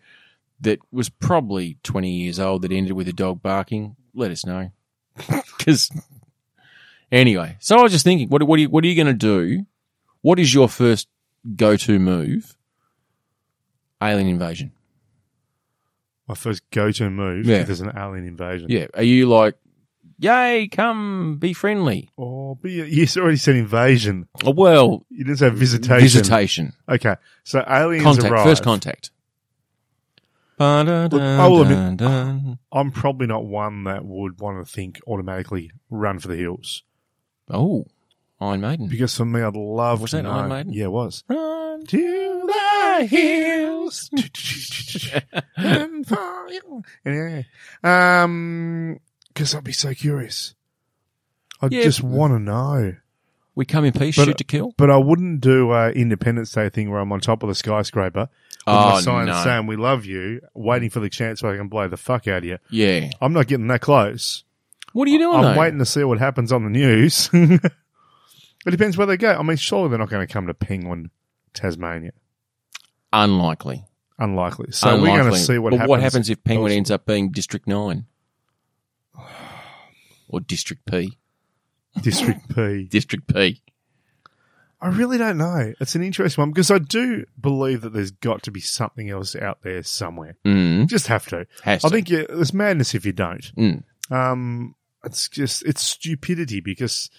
[SPEAKER 1] that was probably 20 years old that ended with a dog barking, let us know. *laughs* Because anyway, so I was just thinking, what, what are you, what are you going to do? What is your first go to move? Alien invasion.
[SPEAKER 2] my first go-to move
[SPEAKER 1] Yeah.
[SPEAKER 2] if there's an alien invasion.
[SPEAKER 1] Yeah. Are you like, yay, come be friendly?
[SPEAKER 2] Oh, but you, you already said invasion.
[SPEAKER 1] Oh, well,
[SPEAKER 2] You didn't say visitation.
[SPEAKER 1] visitation,
[SPEAKER 2] Okay, so aliens
[SPEAKER 1] contact,
[SPEAKER 2] arrive.
[SPEAKER 1] first contact.
[SPEAKER 2] I will admit-
[SPEAKER 1] Dun-dun-dun.
[SPEAKER 2] I'm probably not one that would want to think automatically run for the hills
[SPEAKER 1] Oh, Iron Maiden.
[SPEAKER 2] because for me, I'd love
[SPEAKER 1] Was
[SPEAKER 2] to
[SPEAKER 1] that
[SPEAKER 2] know.
[SPEAKER 1] Iron Maiden?
[SPEAKER 2] Yeah,
[SPEAKER 1] *gasps*
[SPEAKER 2] it was.
[SPEAKER 1] Run
[SPEAKER 2] To
[SPEAKER 1] the hills.
[SPEAKER 2] the- and fire. Anyway, um, because I'd be so curious. I'd
[SPEAKER 1] Yeah.
[SPEAKER 2] just want to know.
[SPEAKER 1] *laughs* We come in peace,
[SPEAKER 2] But-
[SPEAKER 1] shoot to kill.
[SPEAKER 2] But I wouldn't do a Independence Day thing where I'm on top of the skyscraper with
[SPEAKER 1] Oh,
[SPEAKER 2] my sign saying "We love you," waiting for the chance where I can blow the fuck out of you.
[SPEAKER 1] Yeah.
[SPEAKER 2] I'm not getting that close.
[SPEAKER 1] What are you doing?
[SPEAKER 2] I'm
[SPEAKER 1] though?
[SPEAKER 2] waiting to see what happens on the news. *laughs* it depends where they go. I mean, surely they're not going to come to Penguin, Tasmania.
[SPEAKER 1] Unlikely.
[SPEAKER 2] Unlikely. So
[SPEAKER 1] Unlikely.
[SPEAKER 2] we're going to see what
[SPEAKER 1] But
[SPEAKER 2] happens.
[SPEAKER 1] What happens if Penguin
[SPEAKER 2] elsewhere.
[SPEAKER 1] ends up being District Nine *sighs* or District P?
[SPEAKER 2] District P.
[SPEAKER 1] District P.
[SPEAKER 2] I really don't know. It's an interesting one because I do believe that there's got to be something else out there somewhere.
[SPEAKER 1] Mm.
[SPEAKER 2] You just have to.
[SPEAKER 1] Has
[SPEAKER 2] I
[SPEAKER 1] to.
[SPEAKER 2] think you, it's madness if you don't.
[SPEAKER 1] Mm.
[SPEAKER 2] Um, it's just it's stupidity because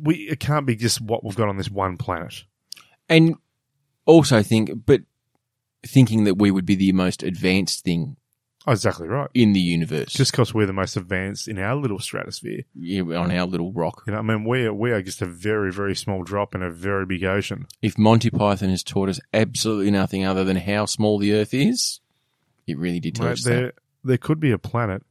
[SPEAKER 2] we it can't be just what we've got on this one planet.
[SPEAKER 1] and also think, but thinking that we would be the most advanced thing
[SPEAKER 2] Oh, exactly right.
[SPEAKER 1] in the universe,
[SPEAKER 2] Just because we're the most advanced in our little stratosphere,
[SPEAKER 1] Yeah, on our little rock.
[SPEAKER 2] you know, I mean, we are, we are just a very very small drop in a very big ocean.
[SPEAKER 1] If Monty Python has taught us absolutely nothing other than how small the Earth is, it really did teach
[SPEAKER 2] Mate,
[SPEAKER 1] us that.
[SPEAKER 2] there there could be a planet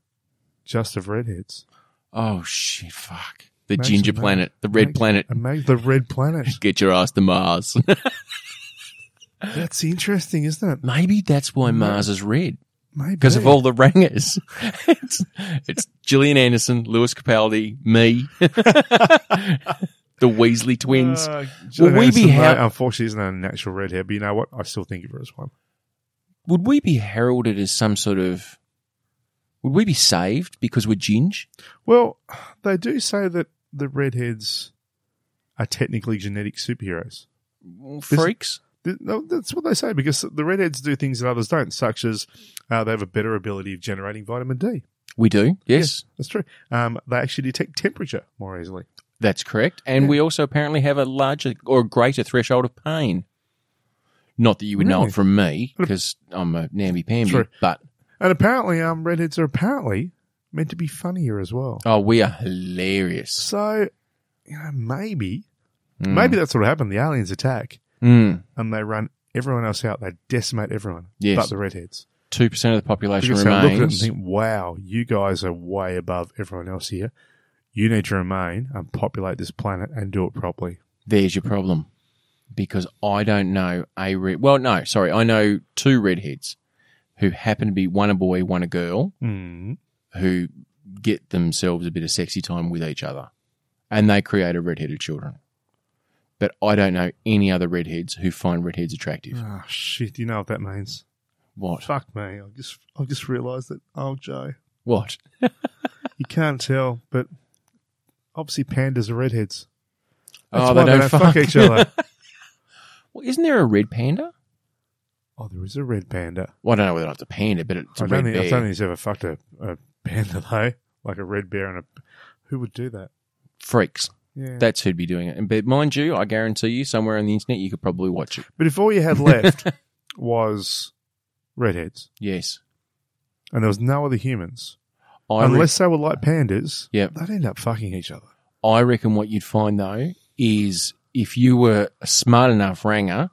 [SPEAKER 2] just of redheads.
[SPEAKER 1] Oh shit! Fuck the
[SPEAKER 2] Imagine
[SPEAKER 1] ginger
[SPEAKER 2] that.
[SPEAKER 1] planet, the red
[SPEAKER 2] Imagine-
[SPEAKER 1] planet.
[SPEAKER 2] And maybe the red
[SPEAKER 1] *laughs*
[SPEAKER 2] planet.
[SPEAKER 1] Get your ass to Mars. *laughs*
[SPEAKER 2] That's interesting, isn't it?
[SPEAKER 1] Maybe that's why Mars is red
[SPEAKER 2] Maybe
[SPEAKER 1] because of all the rangers. *laughs* it's, it's Gillian Anderson, Lewis Capaldi, me, *laughs* the Weasley twins.
[SPEAKER 2] Uh,
[SPEAKER 1] Will we be
[SPEAKER 2] Anderson,
[SPEAKER 1] ha-
[SPEAKER 2] though, Unfortunately, isn't a natural redhead, but you know what? I still think of her as one.
[SPEAKER 1] would we be heralded as some sort of? Would we be saved because we're ginge?
[SPEAKER 2] Well, they do say that the redheads are technically genetic superheroes.
[SPEAKER 1] Freaks.
[SPEAKER 2] Th- no, That's what they say because the redheads do things that others don't, such as uh, they have a better ability of generating vitamin D.
[SPEAKER 1] We do. Yes,
[SPEAKER 2] That's true. Um, they actually detect temperature more easily.
[SPEAKER 1] that's correct. And
[SPEAKER 2] Yeah.
[SPEAKER 1] we also apparently have a larger or greater threshold of pain. Not that you would know
[SPEAKER 2] Really?
[SPEAKER 1] it from
[SPEAKER 2] *laughs*
[SPEAKER 1] me because I'm a namby pamby,
[SPEAKER 2] True.
[SPEAKER 1] but
[SPEAKER 2] And apparently, um, redheads are apparently meant to be funnier as well.
[SPEAKER 1] oh, we are hilarious.
[SPEAKER 2] So, you know, maybe,
[SPEAKER 1] Mm.
[SPEAKER 2] maybe that's what happened. The aliens attack
[SPEAKER 1] Mm.
[SPEAKER 2] and they run everyone else out. They decimate everyone,
[SPEAKER 1] Yes.
[SPEAKER 2] but the redheads.
[SPEAKER 1] 2% of the population
[SPEAKER 2] Because they look at it and
[SPEAKER 1] remains.
[SPEAKER 2] think, wow, you guys are way above everyone else here. You need to remain and populate this planet and do it properly.
[SPEAKER 1] There's your problem. Because I don't know a red. Well, no, sorry. I know two redheads who happen to be one a boy, one a girl,
[SPEAKER 2] Mm.
[SPEAKER 1] who get themselves a bit of sexy time with each other. And they create a redheaded children. But I don't know any other redheads who find redheads attractive.
[SPEAKER 2] Oh, shit. You know what that means.
[SPEAKER 1] What?
[SPEAKER 2] Fuck me. I just, I just realised that, oh, Joe,
[SPEAKER 1] What?
[SPEAKER 2] you can't tell, but obviously pandas are redheads. That's
[SPEAKER 1] Oh,
[SPEAKER 2] why
[SPEAKER 1] they don't fuck.
[SPEAKER 2] fuck each other.
[SPEAKER 1] *laughs* Well, isn't there a red panda?
[SPEAKER 2] Oh, there is a red panda.
[SPEAKER 1] Well, I don't know whether it's a panda, but it's a
[SPEAKER 2] I
[SPEAKER 1] red
[SPEAKER 2] don't, think, I
[SPEAKER 1] bear.
[SPEAKER 2] don't think he's ever fucked a, a panda though, like a red bear and a. Who would do that?
[SPEAKER 1] Freaks.
[SPEAKER 2] Yeah.
[SPEAKER 1] That's who'd be doing it. And But mind you, I guarantee you, somewhere on the internet, you could probably watch it.
[SPEAKER 2] but if all you
[SPEAKER 1] *laughs*
[SPEAKER 2] had left was redheads
[SPEAKER 1] Yes.
[SPEAKER 2] and there was no other humans,
[SPEAKER 1] I, re-
[SPEAKER 2] unless they were like pandas,
[SPEAKER 1] Yep.
[SPEAKER 2] they'd end up fucking each other.
[SPEAKER 1] I reckon what you'd find, though, is if you were a smart enough ranger,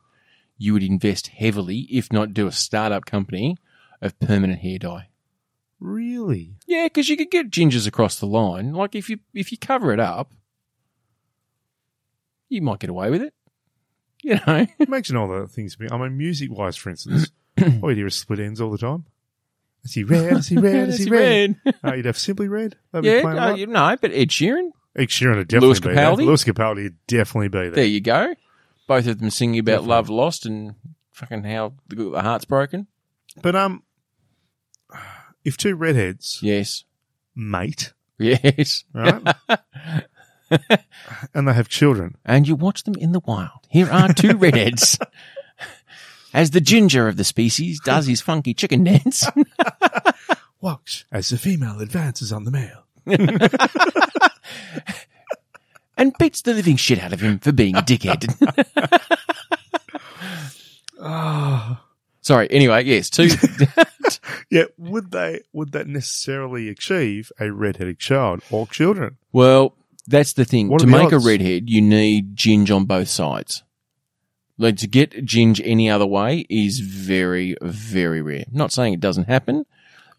[SPEAKER 1] you would invest heavily, if not do a startup company, of permanent hair dye.
[SPEAKER 2] Really?
[SPEAKER 1] Yeah, because you could get gingers across the line. Like, if you if you cover it up, you might get away with it. You know?
[SPEAKER 2] Imagine all the things. I mean, music wise,
[SPEAKER 1] *clears throat*
[SPEAKER 2] for instance, all you hear is split ends all the time. Is he
[SPEAKER 1] *laughs*
[SPEAKER 2] red? Is he red? Is he red? Oh, you'd have simply red. That'd be
[SPEAKER 1] Yeah,
[SPEAKER 2] playing a
[SPEAKER 1] uh,
[SPEAKER 2] lot.
[SPEAKER 1] you- no, but Ed Sheeran.
[SPEAKER 2] Ed Sheeran would definitely
[SPEAKER 1] Lewis
[SPEAKER 2] be
[SPEAKER 1] Capaldi?
[SPEAKER 2] there. Lewis Capaldi would definitely be there.
[SPEAKER 1] There you go. Both of them singing about
[SPEAKER 2] Definitely.
[SPEAKER 1] love lost and fucking how the, the heart's broken.
[SPEAKER 2] But um, if two redheads
[SPEAKER 1] Yes, *laughs*
[SPEAKER 2] mate,
[SPEAKER 1] yes.
[SPEAKER 2] right,
[SPEAKER 1] *laughs*
[SPEAKER 2] and they have children,
[SPEAKER 1] And you watch them in the wild. Here are two redheads. As the ginger of the species does his funky chicken dance.
[SPEAKER 2] watch as the female advances on the male.
[SPEAKER 1] and beats the living shit out of him for being a dickhead.
[SPEAKER 2] Ah,
[SPEAKER 1] Sorry, anyway, yes, two.
[SPEAKER 2] yeah. Would they? Would that necessarily achieve a redheaded child or children?
[SPEAKER 1] Well, that's the thing.
[SPEAKER 2] What
[SPEAKER 1] to
[SPEAKER 2] are the
[SPEAKER 1] make
[SPEAKER 2] odds?
[SPEAKER 1] a redhead, you need ginge on both sides. Like to get ginge any other way is very, very rare. Not saying it doesn't happen,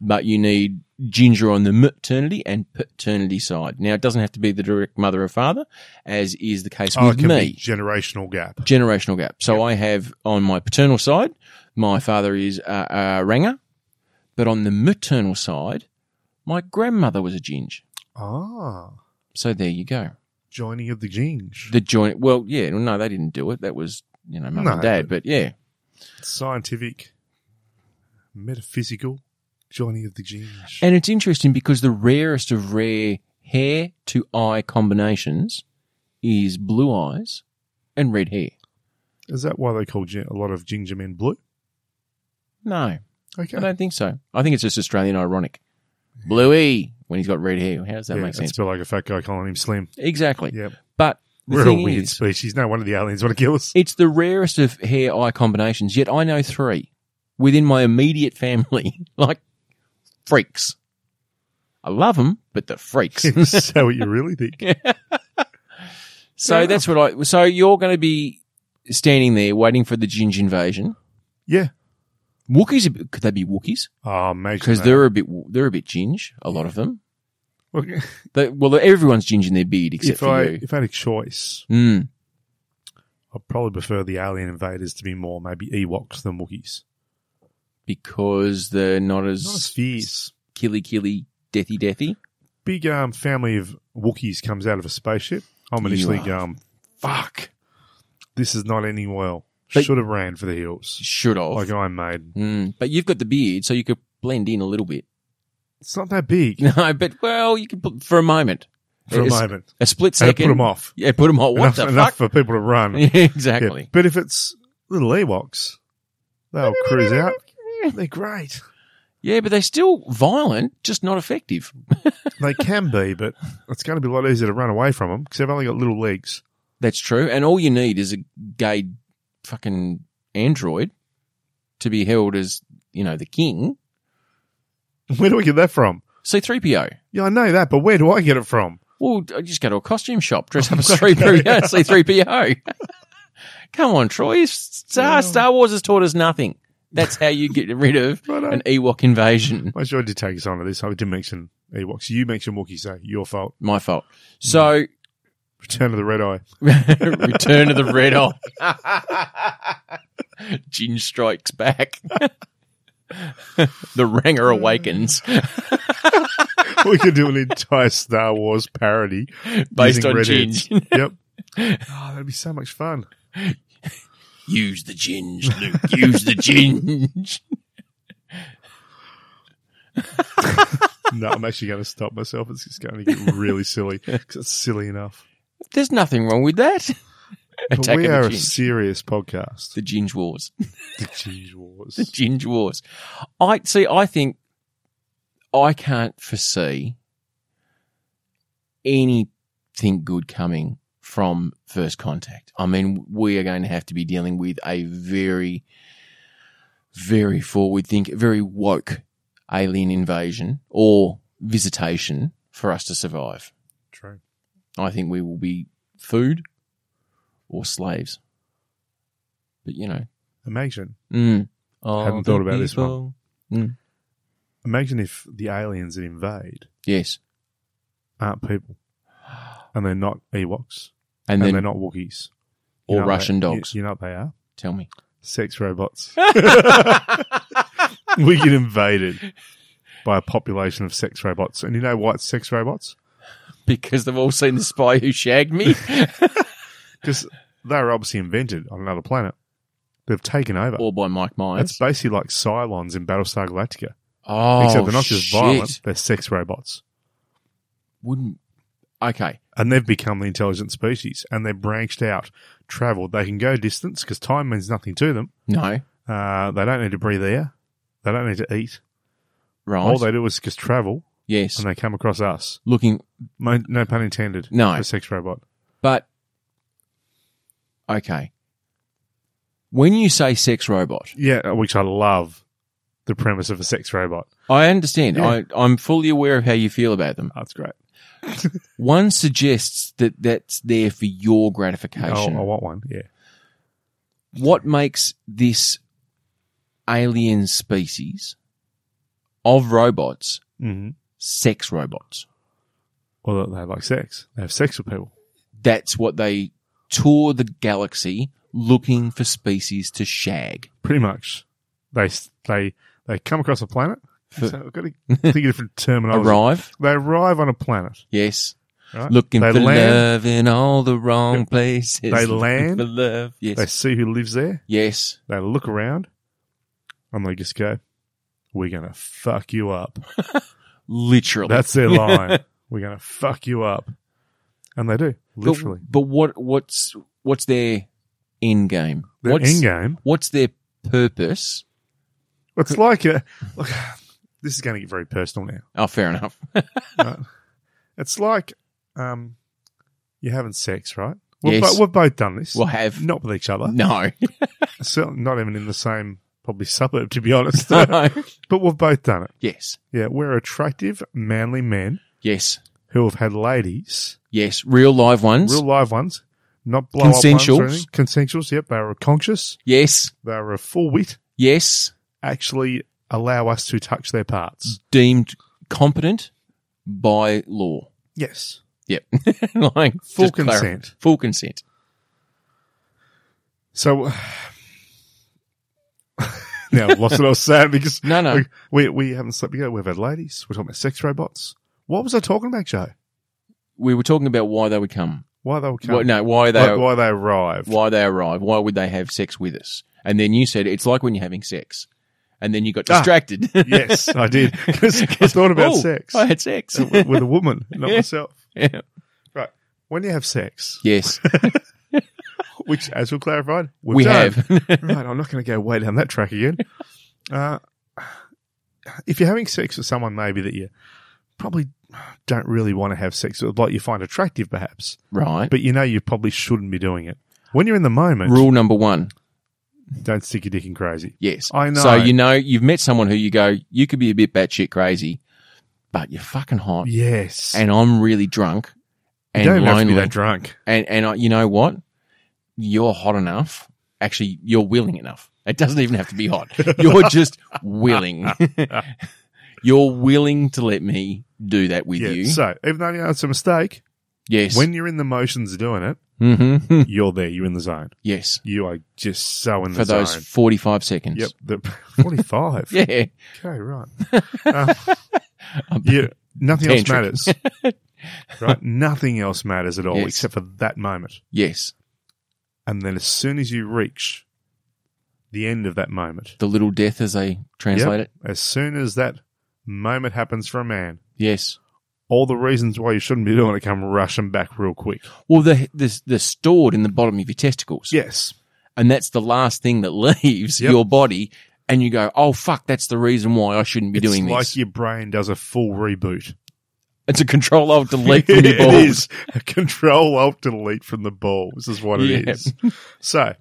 [SPEAKER 1] but you need ginger on the maternity and paternity side. Now, it doesn't have to be the direct mother or father, as is the case
[SPEAKER 2] Oh, it
[SPEAKER 1] with
[SPEAKER 2] can
[SPEAKER 1] me
[SPEAKER 2] be generational gap.
[SPEAKER 1] generational gap. So I have on my paternal side, my father is a, a ranger, but on the maternal side, my grandmother was a ginge.
[SPEAKER 2] Ah,
[SPEAKER 1] So there you go.
[SPEAKER 2] joining of the ginge.
[SPEAKER 1] The joint. Well, yeah, well, no, they didn't do it. That was you know mum
[SPEAKER 2] No,
[SPEAKER 1] and dad, but yeah,
[SPEAKER 2] Scientific, metaphysical joining of the ginge.
[SPEAKER 1] and it's interesting because the rarest of rare hair to eye combinations is blue eyes and red hair.
[SPEAKER 2] Is that why they call gin- a lot of ginger men blue?
[SPEAKER 1] No,
[SPEAKER 2] Okay,
[SPEAKER 1] I don't think so. I think it's just Australian ironic. Bluey when he's got red hair. How does that
[SPEAKER 2] yeah,
[SPEAKER 1] make
[SPEAKER 2] that's
[SPEAKER 1] sense?
[SPEAKER 2] about like a fat guy calling him slim.
[SPEAKER 1] Exactly.
[SPEAKER 2] Yep.
[SPEAKER 1] But the
[SPEAKER 2] We're a
[SPEAKER 1] thing
[SPEAKER 2] weird
[SPEAKER 1] is,
[SPEAKER 2] species. No one of the aliens want to
[SPEAKER 1] *laughs*
[SPEAKER 2] kill us. *laughs*
[SPEAKER 1] it's the rarest of hair eye combinations. Yet I know three within my immediate family, *laughs* like freaks. I love them, but the
[SPEAKER 2] *laughs*
[SPEAKER 1] freaks.
[SPEAKER 2] Is that what you really think?
[SPEAKER 1] so that's what I. So you're going to be standing there waiting for the ginger invasion.
[SPEAKER 2] Yeah.
[SPEAKER 1] Wookiees? a bit- Could they be Wookiees? *laughs*
[SPEAKER 2] Oh, imagine
[SPEAKER 1] Because
[SPEAKER 2] that.
[SPEAKER 1] they're a bit they're a bit ginge. A lot of them.
[SPEAKER 2] Look,
[SPEAKER 1] They, well, everyone's ginge in their beard *laughs* except
[SPEAKER 2] if
[SPEAKER 1] for
[SPEAKER 2] I
[SPEAKER 1] you.
[SPEAKER 2] if I had a choice,
[SPEAKER 1] Mm.
[SPEAKER 2] I'd probably prefer the alien invaders to be more maybe Ewoks than Wookiees.
[SPEAKER 1] because they're not as,
[SPEAKER 2] Not as fierce.
[SPEAKER 1] killy killy deathy deathy.
[SPEAKER 2] Big um family of Wookiees comes out of a spaceship. I'm initially
[SPEAKER 1] are-
[SPEAKER 2] going, fuck, this is not ending well.
[SPEAKER 1] But-
[SPEAKER 2] Should have ran for the hills
[SPEAKER 1] Should have.
[SPEAKER 2] like uh, Iron Maiden.
[SPEAKER 1] Mm, but you've got the beard, so you could blend in a little bit. *laughs*
[SPEAKER 2] It's not that big
[SPEAKER 1] No, but well, you could put, for a moment,
[SPEAKER 2] for a
[SPEAKER 1] It's-
[SPEAKER 2] moment.
[SPEAKER 1] a split
[SPEAKER 2] And I put
[SPEAKER 1] second.
[SPEAKER 2] them off.
[SPEAKER 1] Yeah, put them on. What
[SPEAKER 2] enough,
[SPEAKER 1] the *laughs*
[SPEAKER 2] enough
[SPEAKER 1] fuck?
[SPEAKER 2] for people to run.
[SPEAKER 1] Yeah,
[SPEAKER 2] Yeah,
[SPEAKER 1] exactly.
[SPEAKER 2] But if it's little Ewoks,
[SPEAKER 1] *laughs*
[SPEAKER 2] they'll cruise out. They're great.
[SPEAKER 1] Yeah, but they're still violent, just not effective.
[SPEAKER 2] They can be, but it's going to be a lot easier to run away from them because they've only got little legs.
[SPEAKER 1] That's true. And all you need is a gay fucking android to be held as, you know, the king.
[SPEAKER 2] Where do we get that from?
[SPEAKER 1] C3PO.
[SPEAKER 2] Yeah, I know that, but where do I get it from?
[SPEAKER 1] Well, I just go to a costume shop, dress *laughs* up as 3PO, C3PO. *laughs* Come on, Troy. Star, Star Wars has taught us nothing. That's how you get rid of
[SPEAKER 2] Righto.
[SPEAKER 1] an Ewok invasion.
[SPEAKER 2] I sure did take us on to this. I didn't mention Ewoks. You mentioned Wookiees, so your fault. *laughs*
[SPEAKER 1] My fault. So, *laughs*
[SPEAKER 2] Return of the Red Eye.
[SPEAKER 1] Return of the Red Eye. Jin strikes back. the Ranger awakens
[SPEAKER 2] we could do an entire Star Wars parody
[SPEAKER 1] based
[SPEAKER 2] using
[SPEAKER 1] on Jin.
[SPEAKER 2] redheads.
[SPEAKER 1] *laughs*
[SPEAKER 2] Yep. Oh, that'd be so much fun.
[SPEAKER 1] Use the ginge, Luke. Use the ginge.
[SPEAKER 2] No, I'm actually going to stop myself. It's just going to get really silly
[SPEAKER 1] *laughs*
[SPEAKER 2] because it's silly enough.
[SPEAKER 1] There's nothing wrong with that.
[SPEAKER 2] But
[SPEAKER 1] Attack
[SPEAKER 2] we
[SPEAKER 1] of
[SPEAKER 2] are
[SPEAKER 1] the
[SPEAKER 2] a
[SPEAKER 1] ginge.
[SPEAKER 2] serious podcast.
[SPEAKER 1] The ginge wars.
[SPEAKER 2] The Ginge Wars.
[SPEAKER 1] The ginge wars. I see. I think I can't foresee anything good coming from first contact. I mean, we are going to have to be dealing with a very, very forward think, very woke alien invasion or visitation for us to survive.
[SPEAKER 2] True.
[SPEAKER 1] I think we will be food or slaves. But you know,
[SPEAKER 2] Imagine,
[SPEAKER 1] mm.
[SPEAKER 2] Hadn't thought about this
[SPEAKER 1] one.
[SPEAKER 2] imagine if the aliens that invade *gasps*
[SPEAKER 1] Yes,
[SPEAKER 2] aren't people, and they're not Ewoks,
[SPEAKER 1] and,
[SPEAKER 2] and,
[SPEAKER 1] then
[SPEAKER 2] they're not Wookiees,
[SPEAKER 1] or
[SPEAKER 2] You know what
[SPEAKER 1] Russian
[SPEAKER 2] they- you-
[SPEAKER 1] dogs.
[SPEAKER 2] You, know what they are?
[SPEAKER 1] Tell
[SPEAKER 2] *laughs*
[SPEAKER 1] me. *laughs*
[SPEAKER 2] Sex robots. *laughs* we get invaded by a population of sex robots, and you know what? Sex robots
[SPEAKER 1] because they've all seen the spy who shagged
[SPEAKER 2] *laughs*
[SPEAKER 1] me.
[SPEAKER 2] because they were obviously invented on another planet. They've taken over.
[SPEAKER 1] or by Mike Myers.
[SPEAKER 2] That's basically like Cylons in Battlestar Galactica,
[SPEAKER 1] oh,
[SPEAKER 2] except they're not just
[SPEAKER 1] shit.
[SPEAKER 2] violent; they're sex robots.
[SPEAKER 1] Wouldn't. Okay.
[SPEAKER 2] and they've become the intelligent species and they're branched out, traveled. They can go distance because time means nothing to them.
[SPEAKER 1] No.
[SPEAKER 2] Uh, they don't need to breathe air. They don't need to eat.
[SPEAKER 1] Right.
[SPEAKER 2] All they do is just travel
[SPEAKER 1] yes.
[SPEAKER 2] and they come across us.
[SPEAKER 1] Looking.
[SPEAKER 2] Mo- No pun intended.
[SPEAKER 1] No.
[SPEAKER 2] A sex robot.
[SPEAKER 1] But okay. When you say sex robot,
[SPEAKER 2] Yeah, uh, which I love the premise of a sex robot.
[SPEAKER 1] I understand.
[SPEAKER 2] Yeah.
[SPEAKER 1] I, I'm fully aware of how you feel about them.
[SPEAKER 2] That's great.
[SPEAKER 1] One suggests that that's there for your
[SPEAKER 2] Oh,
[SPEAKER 1] gratification.
[SPEAKER 2] I want one. Yeah.
[SPEAKER 1] What makes this alien species of robots
[SPEAKER 2] Mm-hmm.
[SPEAKER 1] sex robots?
[SPEAKER 2] Well, they like sex. They have sex with people.
[SPEAKER 1] That's what they tour the galaxy looking for species to shag.
[SPEAKER 2] Pretty much. They s- they they come across a planet.
[SPEAKER 1] For-
[SPEAKER 2] So I've got to think of
[SPEAKER 1] *laughs*
[SPEAKER 2] different terminology.
[SPEAKER 1] Arrive,
[SPEAKER 2] They arrive on a planet.
[SPEAKER 1] yes.
[SPEAKER 2] Right?
[SPEAKER 1] Looking
[SPEAKER 2] They
[SPEAKER 1] for
[SPEAKER 2] land.
[SPEAKER 1] love in all the wrong places.
[SPEAKER 2] They
[SPEAKER 1] Looking
[SPEAKER 2] land.
[SPEAKER 1] for love. Yes.
[SPEAKER 2] They see who lives there.
[SPEAKER 1] yes.
[SPEAKER 2] They look around, and they just go, "We're gonna fuck you up."
[SPEAKER 1] Literally.
[SPEAKER 2] That's their
[SPEAKER 1] *laughs*
[SPEAKER 2] line. We're gonna fuck you up, and they do
[SPEAKER 1] But-
[SPEAKER 2] literally.
[SPEAKER 1] But, what what's what's their end game?
[SPEAKER 2] Their
[SPEAKER 1] what's,
[SPEAKER 2] end game.
[SPEAKER 1] What's their purpose? *laughs*
[SPEAKER 2] It's like a. Look, this is going to get very personal now.
[SPEAKER 1] Oh, fair enough.
[SPEAKER 2] It's like um, you're having sex, right? We've,
[SPEAKER 1] Yes.
[SPEAKER 2] bo- we've both done this.
[SPEAKER 1] We'll have
[SPEAKER 2] not with each other.
[SPEAKER 1] no,
[SPEAKER 2] So, not even in the same probably suburb, to be honest. but
[SPEAKER 1] *laughs* no.
[SPEAKER 2] we've both done it.
[SPEAKER 1] yes,
[SPEAKER 2] Yeah, we're attractive, manly men
[SPEAKER 1] yes,
[SPEAKER 2] who have had ladies
[SPEAKER 1] yes. Real live ones.
[SPEAKER 2] real live ones, not blow
[SPEAKER 1] Consensuals.
[SPEAKER 2] consensuals. Up ones or anything. consensuals. Yep, they were conscious.
[SPEAKER 1] yes,
[SPEAKER 2] They were full wit.
[SPEAKER 1] yes.
[SPEAKER 2] Actually, allow us to touch their
[SPEAKER 1] Mm.
[SPEAKER 2] parts.
[SPEAKER 1] Deemed competent by law.
[SPEAKER 2] Yes,
[SPEAKER 1] Yep. *laughs* like
[SPEAKER 2] full
[SPEAKER 1] just clarify.
[SPEAKER 2] consent.
[SPEAKER 1] Full consent.
[SPEAKER 2] So *sighs* now I've lost what I was saying because
[SPEAKER 1] No, no.
[SPEAKER 2] we, we we haven't slept together. We've had ladies. We're talking about sex robots. What was I talking about, Joe?
[SPEAKER 1] We were talking about why they would come.
[SPEAKER 2] Why they were coming?
[SPEAKER 1] Why, no, why they
[SPEAKER 2] why, why they arrived?
[SPEAKER 1] why they arrive. Why would they have sex with us? And then you said it's like when you're having sex, and then you got
[SPEAKER 2] Ah.
[SPEAKER 1] distracted.
[SPEAKER 2] *laughs*
[SPEAKER 1] *laughs*
[SPEAKER 2] *laughs* Yes, I did. 'Cause I thought about
[SPEAKER 1] Oh,
[SPEAKER 2] sex
[SPEAKER 1] I had sex.
[SPEAKER 2] with, with a woman, not
[SPEAKER 1] Yeah.
[SPEAKER 2] myself.
[SPEAKER 1] Yeah.
[SPEAKER 2] When you have sex,
[SPEAKER 1] *laughs* Yes,
[SPEAKER 2] which, as we've clarified, we've
[SPEAKER 1] we
[SPEAKER 2] done,
[SPEAKER 1] have.
[SPEAKER 2] *laughs*
[SPEAKER 1] *laughs*
[SPEAKER 2] right, I'm not going to go way down that track again. Uh, if you're having sex with someone, maybe that you probably don't really want to have sex with, like you find attractive, perhaps,
[SPEAKER 1] right.
[SPEAKER 2] but you know you probably shouldn't be doing it. When you're in the moment,
[SPEAKER 1] Rule number one:
[SPEAKER 2] Don't stick your dick in crazy.
[SPEAKER 1] Yes.
[SPEAKER 2] I know.
[SPEAKER 1] So you know you've met someone who you go, you could be a bit batshit crazy, but you're fucking hot,
[SPEAKER 2] Yes.
[SPEAKER 1] and I'm really drunk
[SPEAKER 2] you
[SPEAKER 1] and
[SPEAKER 2] don't even have to
[SPEAKER 1] lonely,
[SPEAKER 2] be
[SPEAKER 1] *laughs*
[SPEAKER 2] that drunk.
[SPEAKER 1] and and I, you know what? You're hot enough. Actually, you're willing enough. It doesn't even have to be
[SPEAKER 2] *laughs*
[SPEAKER 1] hot. You're just willing. *laughs* you're willing to let me do that with
[SPEAKER 2] Yeah.
[SPEAKER 1] you.
[SPEAKER 2] So even though you know it's a mistake,
[SPEAKER 1] yes.
[SPEAKER 2] when you're in the motions of doing it,
[SPEAKER 1] hmm
[SPEAKER 2] you're there. You're in the zone.
[SPEAKER 1] *laughs* yes.
[SPEAKER 2] You are just so in the
[SPEAKER 1] For those
[SPEAKER 2] zone.
[SPEAKER 1] 45 seconds.
[SPEAKER 2] Yep.
[SPEAKER 1] *laughs*
[SPEAKER 2] The, 45.
[SPEAKER 1] Yeah.
[SPEAKER 2] Okay,
[SPEAKER 1] *laughs*
[SPEAKER 2] right. Um, yeah, nothing else
[SPEAKER 1] Tantric.
[SPEAKER 2] matters.
[SPEAKER 1] *laughs*
[SPEAKER 2] right? Nothing else matters at all
[SPEAKER 1] Yes.
[SPEAKER 2] except for that moment.
[SPEAKER 1] Yes.
[SPEAKER 2] And then as soon as you reach the end of that moment,
[SPEAKER 1] The little death as they translate it.
[SPEAKER 2] as soon as that moment happens for a man,
[SPEAKER 1] Yes.
[SPEAKER 2] all the reasons why you shouldn't be doing it come rushing back real quick.
[SPEAKER 1] Well, they're, they're, they're stored in the bottom of your testicles.
[SPEAKER 2] Yes.
[SPEAKER 1] And that's the last thing that *laughs* leaves
[SPEAKER 2] Yep.
[SPEAKER 1] your body. And you go, oh, fuck, that's the reason why I shouldn't be
[SPEAKER 2] it's
[SPEAKER 1] doing
[SPEAKER 2] like
[SPEAKER 1] this.
[SPEAKER 2] your brain does a full reboot.
[SPEAKER 1] It's a control alt
[SPEAKER 2] *laughs*
[SPEAKER 1] delete from your
[SPEAKER 2] It
[SPEAKER 1] balls.
[SPEAKER 2] is. A control alt delete from the balls is what it
[SPEAKER 1] Yeah.
[SPEAKER 2] is. So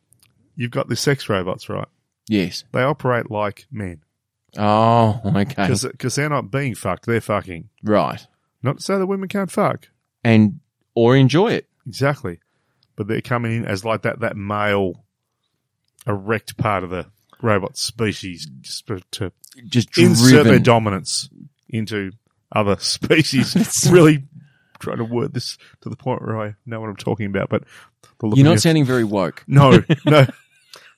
[SPEAKER 2] you've got the sex robots, right?
[SPEAKER 1] Yes.
[SPEAKER 2] They operate like men.
[SPEAKER 1] Oh, okay.
[SPEAKER 2] because they're not being fucked, they're fucking.
[SPEAKER 1] Right.
[SPEAKER 2] Not to say that women can't fuck,
[SPEAKER 1] And, or enjoy it.
[SPEAKER 2] exactly, but they're coming in as like that that male erect part of the robot species just to- to
[SPEAKER 1] Just
[SPEAKER 2] insert their
[SPEAKER 1] driven.
[SPEAKER 2] dominance into other *laughs*
[SPEAKER 1] *laughs*
[SPEAKER 2] species.
[SPEAKER 1] That's-
[SPEAKER 2] really trying to word this to the point where I know what I'm talking about, but the look
[SPEAKER 1] You're not
[SPEAKER 2] on your-
[SPEAKER 1] sounding very woke.
[SPEAKER 2] no, *laughs* no.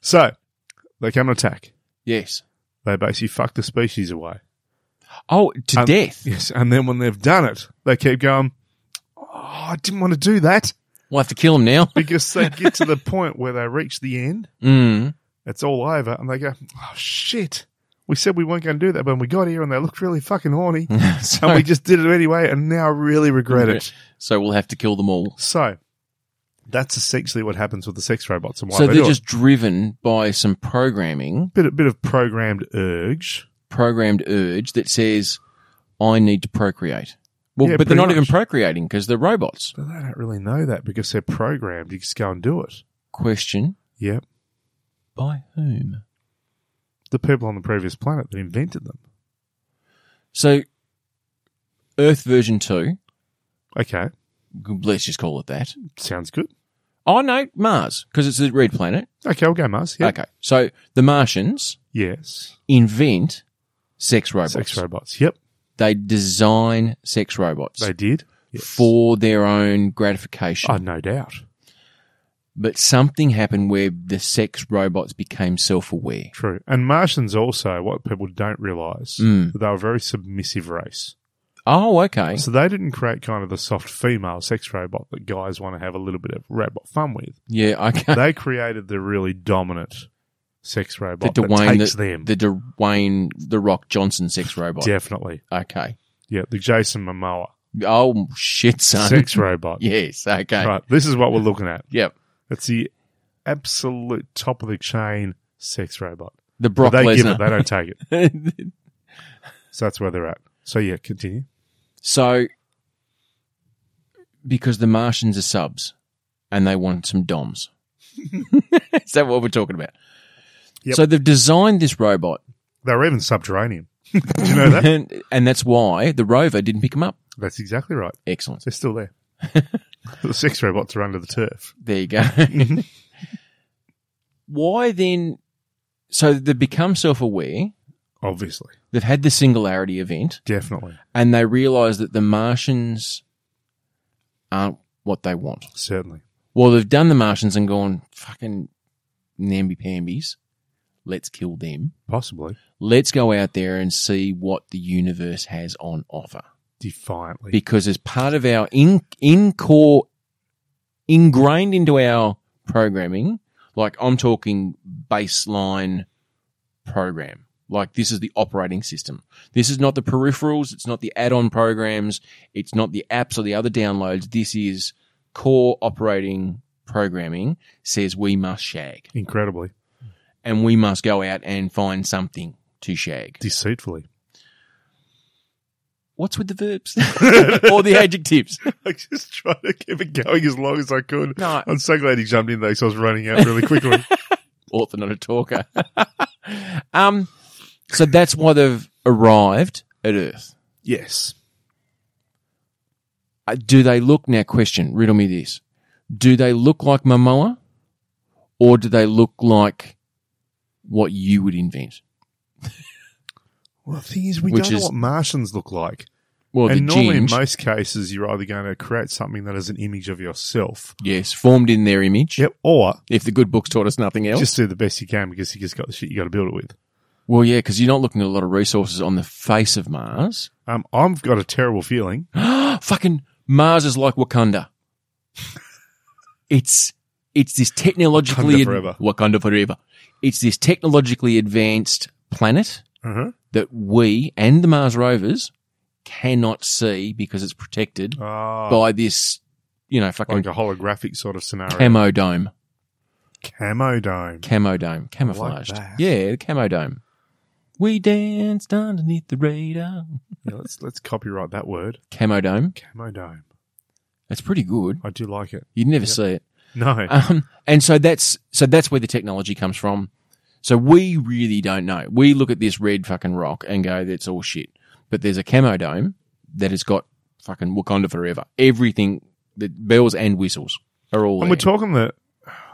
[SPEAKER 2] So they come and attack.
[SPEAKER 1] Yes.
[SPEAKER 2] They basically fuck the species away.
[SPEAKER 1] Oh, to
[SPEAKER 2] Um,
[SPEAKER 1] death.
[SPEAKER 2] Yes, and then when they've done it, they keep going. Oh, I didn't want to do that
[SPEAKER 1] We'll have to kill him now.
[SPEAKER 2] because they get *laughs* to the point where they reach the end.
[SPEAKER 1] Mm. *laughs*
[SPEAKER 2] It's all over, and they go, "Oh shit! We said we weren't going to do that, but we got here, and they looked really fucking horny, and
[SPEAKER 1] so,
[SPEAKER 2] we just did it anyway, and now I really regret it."
[SPEAKER 1] so we'll have to kill them all.
[SPEAKER 2] So that's essentially what happens with the sex robots and why
[SPEAKER 1] So
[SPEAKER 2] they
[SPEAKER 1] they're
[SPEAKER 2] do
[SPEAKER 1] just driven by some programming,
[SPEAKER 2] it. Bit bit of programmed urge.
[SPEAKER 1] programmed urge that says, I need to procreate. Well,
[SPEAKER 2] Yeah,
[SPEAKER 1] but they're
[SPEAKER 2] pretty
[SPEAKER 1] not even
[SPEAKER 2] much.
[SPEAKER 1] procreating because they're robots.
[SPEAKER 2] But they don't really know that because they're programmed. You just go and do it.
[SPEAKER 1] Question
[SPEAKER 2] Yep.
[SPEAKER 1] By whom?
[SPEAKER 2] The people on the previous planet that invented them.
[SPEAKER 1] So, Earth version 2,
[SPEAKER 2] Okay.
[SPEAKER 1] let's just call it that.
[SPEAKER 2] Sounds good.
[SPEAKER 1] Oh, no, Mars, because it's a red planet.
[SPEAKER 2] Okay, we'll go Mars. Yeah.
[SPEAKER 1] Okay. So, the Martians
[SPEAKER 2] Yes.
[SPEAKER 1] invent sex robots.
[SPEAKER 2] Sex robots. Yep.
[SPEAKER 1] They design sex robots
[SPEAKER 2] They did. Yes.
[SPEAKER 1] for their own gratification.
[SPEAKER 2] Oh, no doubt.
[SPEAKER 1] But something happened where the sex robots became self aware.
[SPEAKER 2] True. And Martians also, what people don't realize,
[SPEAKER 1] Mm.
[SPEAKER 2] that they were a very submissive race.
[SPEAKER 1] Oh, okay.
[SPEAKER 2] So they didn't create kind of the soft female sex robot that guys want to have a little bit of robot fun with.
[SPEAKER 1] Yeah, okay.
[SPEAKER 2] they created the really dominant sex robot
[SPEAKER 1] The
[SPEAKER 2] that
[SPEAKER 1] Dwayne
[SPEAKER 2] takes
[SPEAKER 1] that-
[SPEAKER 2] them.
[SPEAKER 1] The Dwayne The Rock Johnson sex robot.
[SPEAKER 2] Definitely.
[SPEAKER 1] Okay.
[SPEAKER 2] Yeah, the Jason Momoa
[SPEAKER 1] Oh, shit, son. *laughs*
[SPEAKER 2] sex robot.
[SPEAKER 1] Yes, okay.
[SPEAKER 2] Right. This is what we're looking at.
[SPEAKER 1] Yep.
[SPEAKER 2] It's the absolute top of the chain sex robot.
[SPEAKER 1] The
[SPEAKER 2] But
[SPEAKER 1] Brock
[SPEAKER 2] they give it,
[SPEAKER 1] Lesnar.
[SPEAKER 2] they don't
[SPEAKER 1] *laughs*
[SPEAKER 2] take it. So that's where they're at. So yeah, continue.
[SPEAKER 1] so, because the Martians are subs and they want some DOMs. *laughs* Is that what we're talking about?
[SPEAKER 2] Yep.
[SPEAKER 1] So they've designed this robot,
[SPEAKER 2] They were even subterranean. *laughs* Do you know
[SPEAKER 1] *laughs*
[SPEAKER 2] that?
[SPEAKER 1] and, and that's why the rover didn't pick him up.
[SPEAKER 2] That's exactly right.
[SPEAKER 1] Excellent.
[SPEAKER 2] They're still there. *laughs* the sex robots are under the turf.
[SPEAKER 1] There you go.
[SPEAKER 2] Mm-hmm.
[SPEAKER 1] *laughs* why then? So they've become self-aware.
[SPEAKER 2] Obviously.
[SPEAKER 1] They've had the singularity event,
[SPEAKER 2] Definitely.
[SPEAKER 1] and they realise that the Martians aren't what they want.
[SPEAKER 2] Certainly.
[SPEAKER 1] Well, they've done the Martians and gone fucking namby pambies. Let's kill them.
[SPEAKER 2] Possibly.
[SPEAKER 1] Let's go out there and see what the universe has on offer.
[SPEAKER 2] Defiantly.
[SPEAKER 1] Because as part of our in in core ingrained into our programming, like I'm talking baseline program. Like this is the operating system. This is not the peripherals, it's not the add-on programs, it's not the apps or the other downloads. This is core operating programming says we must shag
[SPEAKER 2] Incredibly.
[SPEAKER 1] and we must go out and find something to shag.
[SPEAKER 2] Deceitfully.
[SPEAKER 1] What's with the verbs *laughs* or the adjectives?
[SPEAKER 2] *laughs* I just tried to keep it going as long as I could.
[SPEAKER 1] No,
[SPEAKER 2] I'm so glad he jumped in though, so I was running out really quickly.
[SPEAKER 1] author, not a talker. *laughs* um, so that's why they've arrived at Earth.
[SPEAKER 2] Yes.
[SPEAKER 1] Uh, do they look now? Question: Riddle me this. Do they look like Momoa, or do they look like what you would invent?
[SPEAKER 2] Well, the thing is, we
[SPEAKER 1] Which
[SPEAKER 2] don't
[SPEAKER 1] is-
[SPEAKER 2] know what Martians look like.
[SPEAKER 1] Well,
[SPEAKER 2] and
[SPEAKER 1] the
[SPEAKER 2] normally,
[SPEAKER 1] ginge,
[SPEAKER 2] in most cases, you're either going to create something that is an image of yourself.
[SPEAKER 1] yes, formed in their image.
[SPEAKER 2] Yep. Or
[SPEAKER 1] If the good books taught us nothing else,
[SPEAKER 2] just do the best you can because you just got the shit you got to build it with.
[SPEAKER 1] well, yeah, because you're not looking at a lot of resources on the face of Mars.
[SPEAKER 2] Um, I've got a terrible feeling.
[SPEAKER 1] *gasps* Fucking Mars is like Wakanda. it's it's this technologically
[SPEAKER 2] Wakanda forever.
[SPEAKER 1] Wakanda forever. It's this technologically advanced planet
[SPEAKER 2] Uh-huh.
[SPEAKER 1] that we and the Mars rovers cannot see because it's protected
[SPEAKER 2] Ah,
[SPEAKER 1] by this, you know, fucking
[SPEAKER 2] like a holographic sort of scenario.
[SPEAKER 1] camo dome,
[SPEAKER 2] Camo dome.
[SPEAKER 1] camo dome, camouflaged.
[SPEAKER 2] that.
[SPEAKER 1] yeah, the camo dome. We danced underneath the radar.
[SPEAKER 2] Yeah, let's let's copyright that word.
[SPEAKER 1] Camo dome.
[SPEAKER 2] Camo dome.
[SPEAKER 1] That's pretty good.
[SPEAKER 2] I do like it.
[SPEAKER 1] You'd never
[SPEAKER 2] Yep.
[SPEAKER 1] see it.
[SPEAKER 2] No.
[SPEAKER 1] Um, and so that's so that's where the technology comes from. So we really don't know. We look at this red fucking rock and go, "That's all shit." But there's a camo dome that has got fucking Wakanda forever. Everything, the bells and whistles are all.
[SPEAKER 2] And we're
[SPEAKER 1] there.
[SPEAKER 2] talking that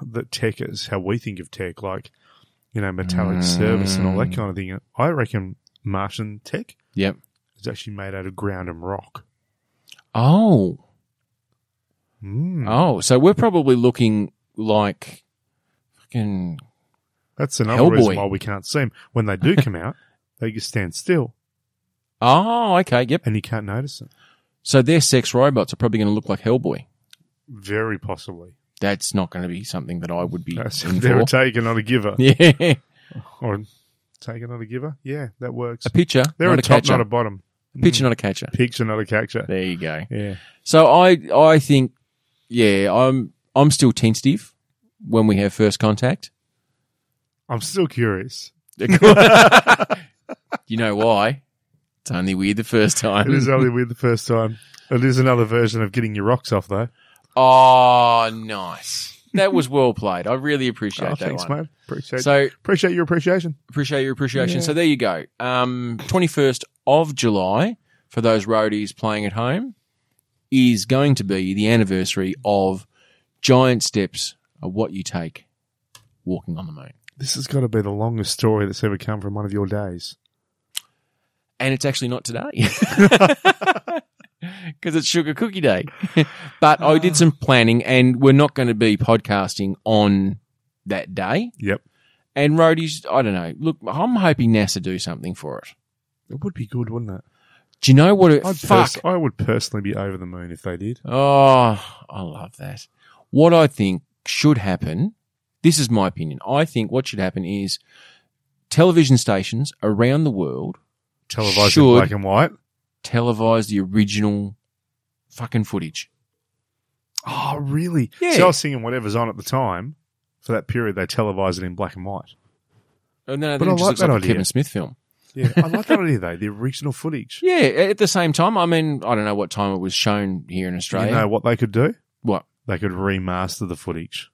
[SPEAKER 2] that tech is how we think of tech, like you know, metallic service and all
[SPEAKER 1] Mm.
[SPEAKER 2] that kind of thing. I reckon Martian tech
[SPEAKER 1] Yep.
[SPEAKER 2] is actually made out of ground and rock.
[SPEAKER 1] Oh,
[SPEAKER 2] Mm.
[SPEAKER 1] oh. So we're probably looking like fucking
[SPEAKER 2] That's another reason
[SPEAKER 1] Hellboy.
[SPEAKER 2] why we can't see them. When they do come out, *laughs* they just stand still
[SPEAKER 1] oh, okay, yep.
[SPEAKER 2] and you can't notice them.
[SPEAKER 1] So their sex robots are probably going to look like Hellboy.
[SPEAKER 2] Very possibly.
[SPEAKER 1] That's not going to be something that I would be.
[SPEAKER 2] That's-
[SPEAKER 1] in
[SPEAKER 2] They're
[SPEAKER 1] for.
[SPEAKER 2] a taker, not a giver.
[SPEAKER 1] *laughs* yeah,
[SPEAKER 2] Or taker, not a giver. Yeah, that works.
[SPEAKER 1] a pitcher.
[SPEAKER 2] They're
[SPEAKER 1] not
[SPEAKER 2] a, top,
[SPEAKER 1] catcher.
[SPEAKER 2] not a bottom.
[SPEAKER 1] pitcher, not a catcher.
[SPEAKER 2] Mm. Picture, not a catcher.
[SPEAKER 1] There you go.
[SPEAKER 2] Yeah.
[SPEAKER 1] So I I think yeah, I'm I'm still tentative when we have first
[SPEAKER 2] *laughs*
[SPEAKER 1] contact.
[SPEAKER 2] I'm
[SPEAKER 1] *laughs*
[SPEAKER 2] still curious.
[SPEAKER 1] you know why? It's only weird the first time.
[SPEAKER 2] It
[SPEAKER 1] *laughs*
[SPEAKER 2] is only weird the first time. It is another version of getting your rocks off, though.
[SPEAKER 1] oh, nice. That was well played. I really appreciate
[SPEAKER 2] Oh,
[SPEAKER 1] that
[SPEAKER 2] thanks,
[SPEAKER 1] one.
[SPEAKER 2] mate. Appreciate,
[SPEAKER 1] So
[SPEAKER 2] appreciate your appreciation.
[SPEAKER 1] appreciate your appreciation.
[SPEAKER 2] Yeah.
[SPEAKER 1] So there you go. Um, 21st of July for those roadies playing at home is going to be the anniversary of Giant Steps, of what you take walking on the moon.
[SPEAKER 2] This has got to be the longest story that's ever come from one of your days.
[SPEAKER 1] and it's actually not today *laughs* because it's sugar cookie day *laughs* but i did some planning and we're not going to be podcasting on that day
[SPEAKER 2] Yep.
[SPEAKER 1] and roadies i don't know look i'm hoping nasa do something for it
[SPEAKER 2] It would be good, wouldn't it?
[SPEAKER 1] do you know what it
[SPEAKER 2] I'd
[SPEAKER 1] fuck
[SPEAKER 2] pers- I would personally be over the moon if they did.
[SPEAKER 1] oh i love that what i think should happen this is my opinion i think what should happen is television stations around the world
[SPEAKER 2] Televised
[SPEAKER 1] Should.
[SPEAKER 2] in black and white.
[SPEAKER 1] televise the original fucking footage
[SPEAKER 2] Oh, really?
[SPEAKER 1] Yeah.
[SPEAKER 2] So I was singing whatever's on at the time. For that period, they televised it in black and white.
[SPEAKER 1] Oh, no, no,
[SPEAKER 2] But
[SPEAKER 1] then
[SPEAKER 2] I
[SPEAKER 1] it just
[SPEAKER 2] like
[SPEAKER 1] looks
[SPEAKER 2] that
[SPEAKER 1] like a
[SPEAKER 2] idea.
[SPEAKER 1] Kevin Smith film.
[SPEAKER 2] Yeah, I like that idea though. The original footage.
[SPEAKER 1] Yeah, at the same time, I mean, I don't know what time it was shown here in Australia.
[SPEAKER 2] You know what they could do?
[SPEAKER 1] What? *laughs*
[SPEAKER 2] They could remaster the footage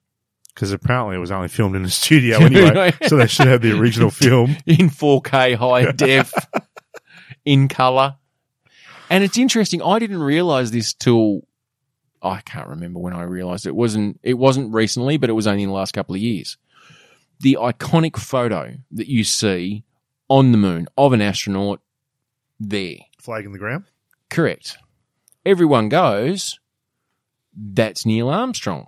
[SPEAKER 2] because apparently it was only filmed in a
[SPEAKER 1] *laughs*
[SPEAKER 2] studio anyway. so they should have *laughs* the original film.
[SPEAKER 1] in 4K high *laughs* def, in color. And it's interesting. I didn't realize this till I can't remember when I realized it wasn't. It wasn't recently, but it was only in the last couple of years. The iconic photo that you see on the moon of an astronaut there.
[SPEAKER 2] Flag in the ground.
[SPEAKER 1] Correct. Everyone goes, that's Neil Armstrong.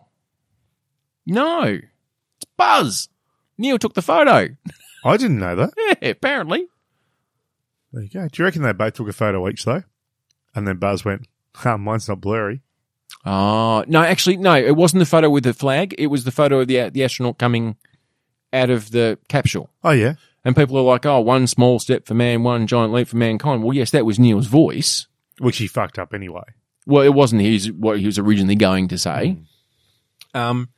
[SPEAKER 1] No, it's Buzz. Neil took the photo. *laughs*
[SPEAKER 2] I didn't know that.
[SPEAKER 1] Yeah, apparently.
[SPEAKER 2] There you go. Do you reckon they both took a photo each though? And then Buzz went, "Ah, mine's not blurry.
[SPEAKER 1] Oh, no, actually, no, it wasn't the photo with the flag. It was the photo of the, the astronaut coming out of the capsule.
[SPEAKER 2] Oh yeah.
[SPEAKER 1] And people are like, oh, one small step for man, one giant leap for mankind. Well, yes, that was Neil's voice.
[SPEAKER 2] Which he fucked up anyway.
[SPEAKER 1] Well, it wasn't his, what he was originally going to say.
[SPEAKER 2] Mm.
[SPEAKER 1] Um,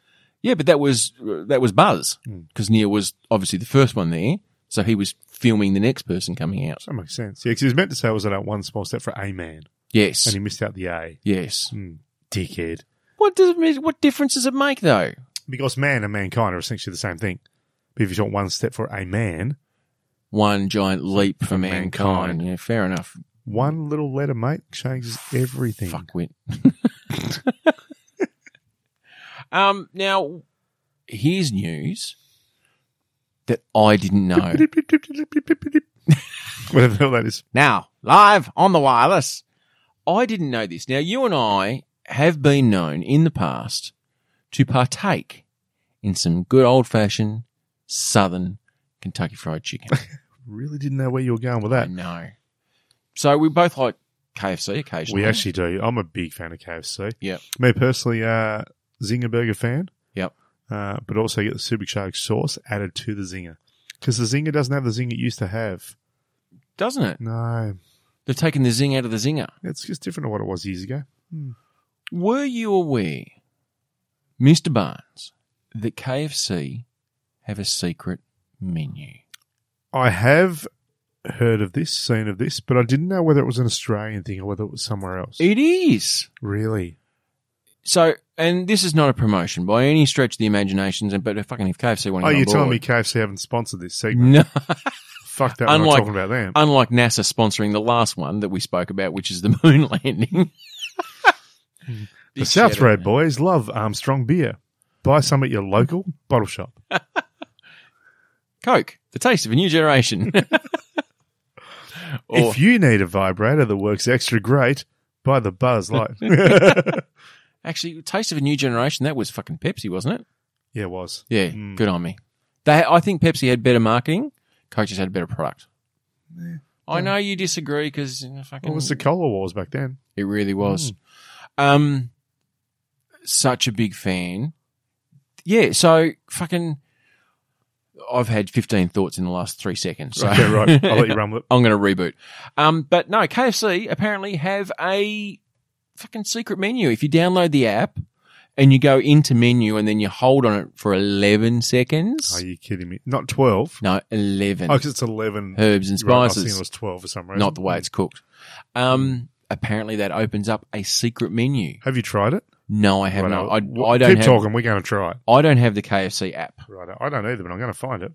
[SPEAKER 1] yeah, but that was that was Buzz
[SPEAKER 2] Mm.
[SPEAKER 1] because Neil was obviously the first one there, so he was filming the next person coming out.
[SPEAKER 2] So that makes sense. Yeah, because he was meant to say it was that one small step for a man,
[SPEAKER 1] Yes,
[SPEAKER 2] and he missed out the a.
[SPEAKER 1] yes.
[SPEAKER 2] Mm. Dickhead.
[SPEAKER 1] What does it mean- what difference does it make though?
[SPEAKER 2] Because man and mankind are essentially the same thing. But if you want one step for a man,
[SPEAKER 1] One giant leap for, mankind.
[SPEAKER 2] mankind.
[SPEAKER 1] Yeah, fair enough.
[SPEAKER 2] one little letter, mate, changes everything.
[SPEAKER 1] Fuckwit. *laughs* um, now, here's news that I didn't
[SPEAKER 2] *laughs*
[SPEAKER 1] know.
[SPEAKER 2] Whatever the hell that is.
[SPEAKER 1] Now, live on the wireless. I didn't know this. Now, you and I have been known in the past to partake in some good old fashioned southern Kentucky fried chicken.
[SPEAKER 2] Really didn't know where you were going with
[SPEAKER 1] I
[SPEAKER 2] that.
[SPEAKER 1] know. So we both like KFC occasionally.
[SPEAKER 2] We actually do. I'm a big fan of KFC.
[SPEAKER 1] Yep.
[SPEAKER 2] Me personally, uh, Zinger Burger fan.
[SPEAKER 1] Yep.
[SPEAKER 2] Uh, but also get the Super Shark sauce added to the Zinger. Because the Zinger doesn't have the Zing it used to have.
[SPEAKER 1] Doesn't it?
[SPEAKER 2] No.
[SPEAKER 1] They've taken the zing out of the zinger.
[SPEAKER 2] It's just different to what it was years ago.
[SPEAKER 1] Were you aware, Mr. Barnes, that KFC have a secret menu?
[SPEAKER 2] I have heard of this, seen of this, but I didn't know whether it was an Australian thing or whether it was somewhere else.
[SPEAKER 1] It is.
[SPEAKER 2] really?
[SPEAKER 1] So, and this is not a promotion by any stretch of the imaginations, and but if fucking if KFC want
[SPEAKER 2] Oh,
[SPEAKER 1] to,
[SPEAKER 2] you're telling me KFC haven't sponsored this segment?
[SPEAKER 1] *laughs* No,
[SPEAKER 2] Fuck that.
[SPEAKER 1] Mm.
[SPEAKER 2] I'm not
[SPEAKER 1] Unlike-
[SPEAKER 2] talking about them.
[SPEAKER 1] unlike NASA sponsoring the last one that we spoke about, which is the *laughs* moon landing.
[SPEAKER 2] The South Road boys love Armstrong beer. Buy some at your local bottle shop.
[SPEAKER 1] Coke, the taste of a new generation. *laughs* or
[SPEAKER 2] If you need a vibrator that works extra great, buy
[SPEAKER 1] *laughs*
[SPEAKER 2] the Buzz Light.
[SPEAKER 1] actually, taste of a new generation. That was fucking Pepsi, wasn't it?
[SPEAKER 2] yeah, it was.
[SPEAKER 1] Yeah,
[SPEAKER 2] Mm.
[SPEAKER 1] good on me. They, I think Pepsi had better marketing. Coke just had a better product. I know you disagree because you know, fucking
[SPEAKER 2] It was the Cola Wars back
[SPEAKER 1] *laughs*
[SPEAKER 2] then.
[SPEAKER 1] It really was.
[SPEAKER 2] Hmm.
[SPEAKER 1] Um, such a big fan. Yeah. So fucking, I've had fifteen thoughts in the last three seconds.
[SPEAKER 2] *laughs*
[SPEAKER 1] So
[SPEAKER 2] Okay, right. I'll
[SPEAKER 1] *laughs*
[SPEAKER 2] let you run with it.
[SPEAKER 1] I'm going to reboot. Um, but no, KFC apparently have a fucking secret menu. If you download the app and you go into menu and then you hold on it for eleven seconds.
[SPEAKER 2] Are you kidding me? Not 12.
[SPEAKER 1] no, eleven
[SPEAKER 2] Oh, because it's 11.
[SPEAKER 1] herbs and
[SPEAKER 2] Right, I was
[SPEAKER 1] spices.
[SPEAKER 2] thinking it was 12 for some reason.
[SPEAKER 1] not the way it's cooked. Um, apparently that opens up a secret menu.
[SPEAKER 2] Have you tried it?
[SPEAKER 1] No, I have
[SPEAKER 2] Righto.
[SPEAKER 1] not. I,
[SPEAKER 2] W-
[SPEAKER 1] I don't
[SPEAKER 2] Keep
[SPEAKER 1] have.
[SPEAKER 2] talking. We're going to try it.
[SPEAKER 1] I don't have the KFC app.
[SPEAKER 2] Right. I don't either, but I'm going to find it.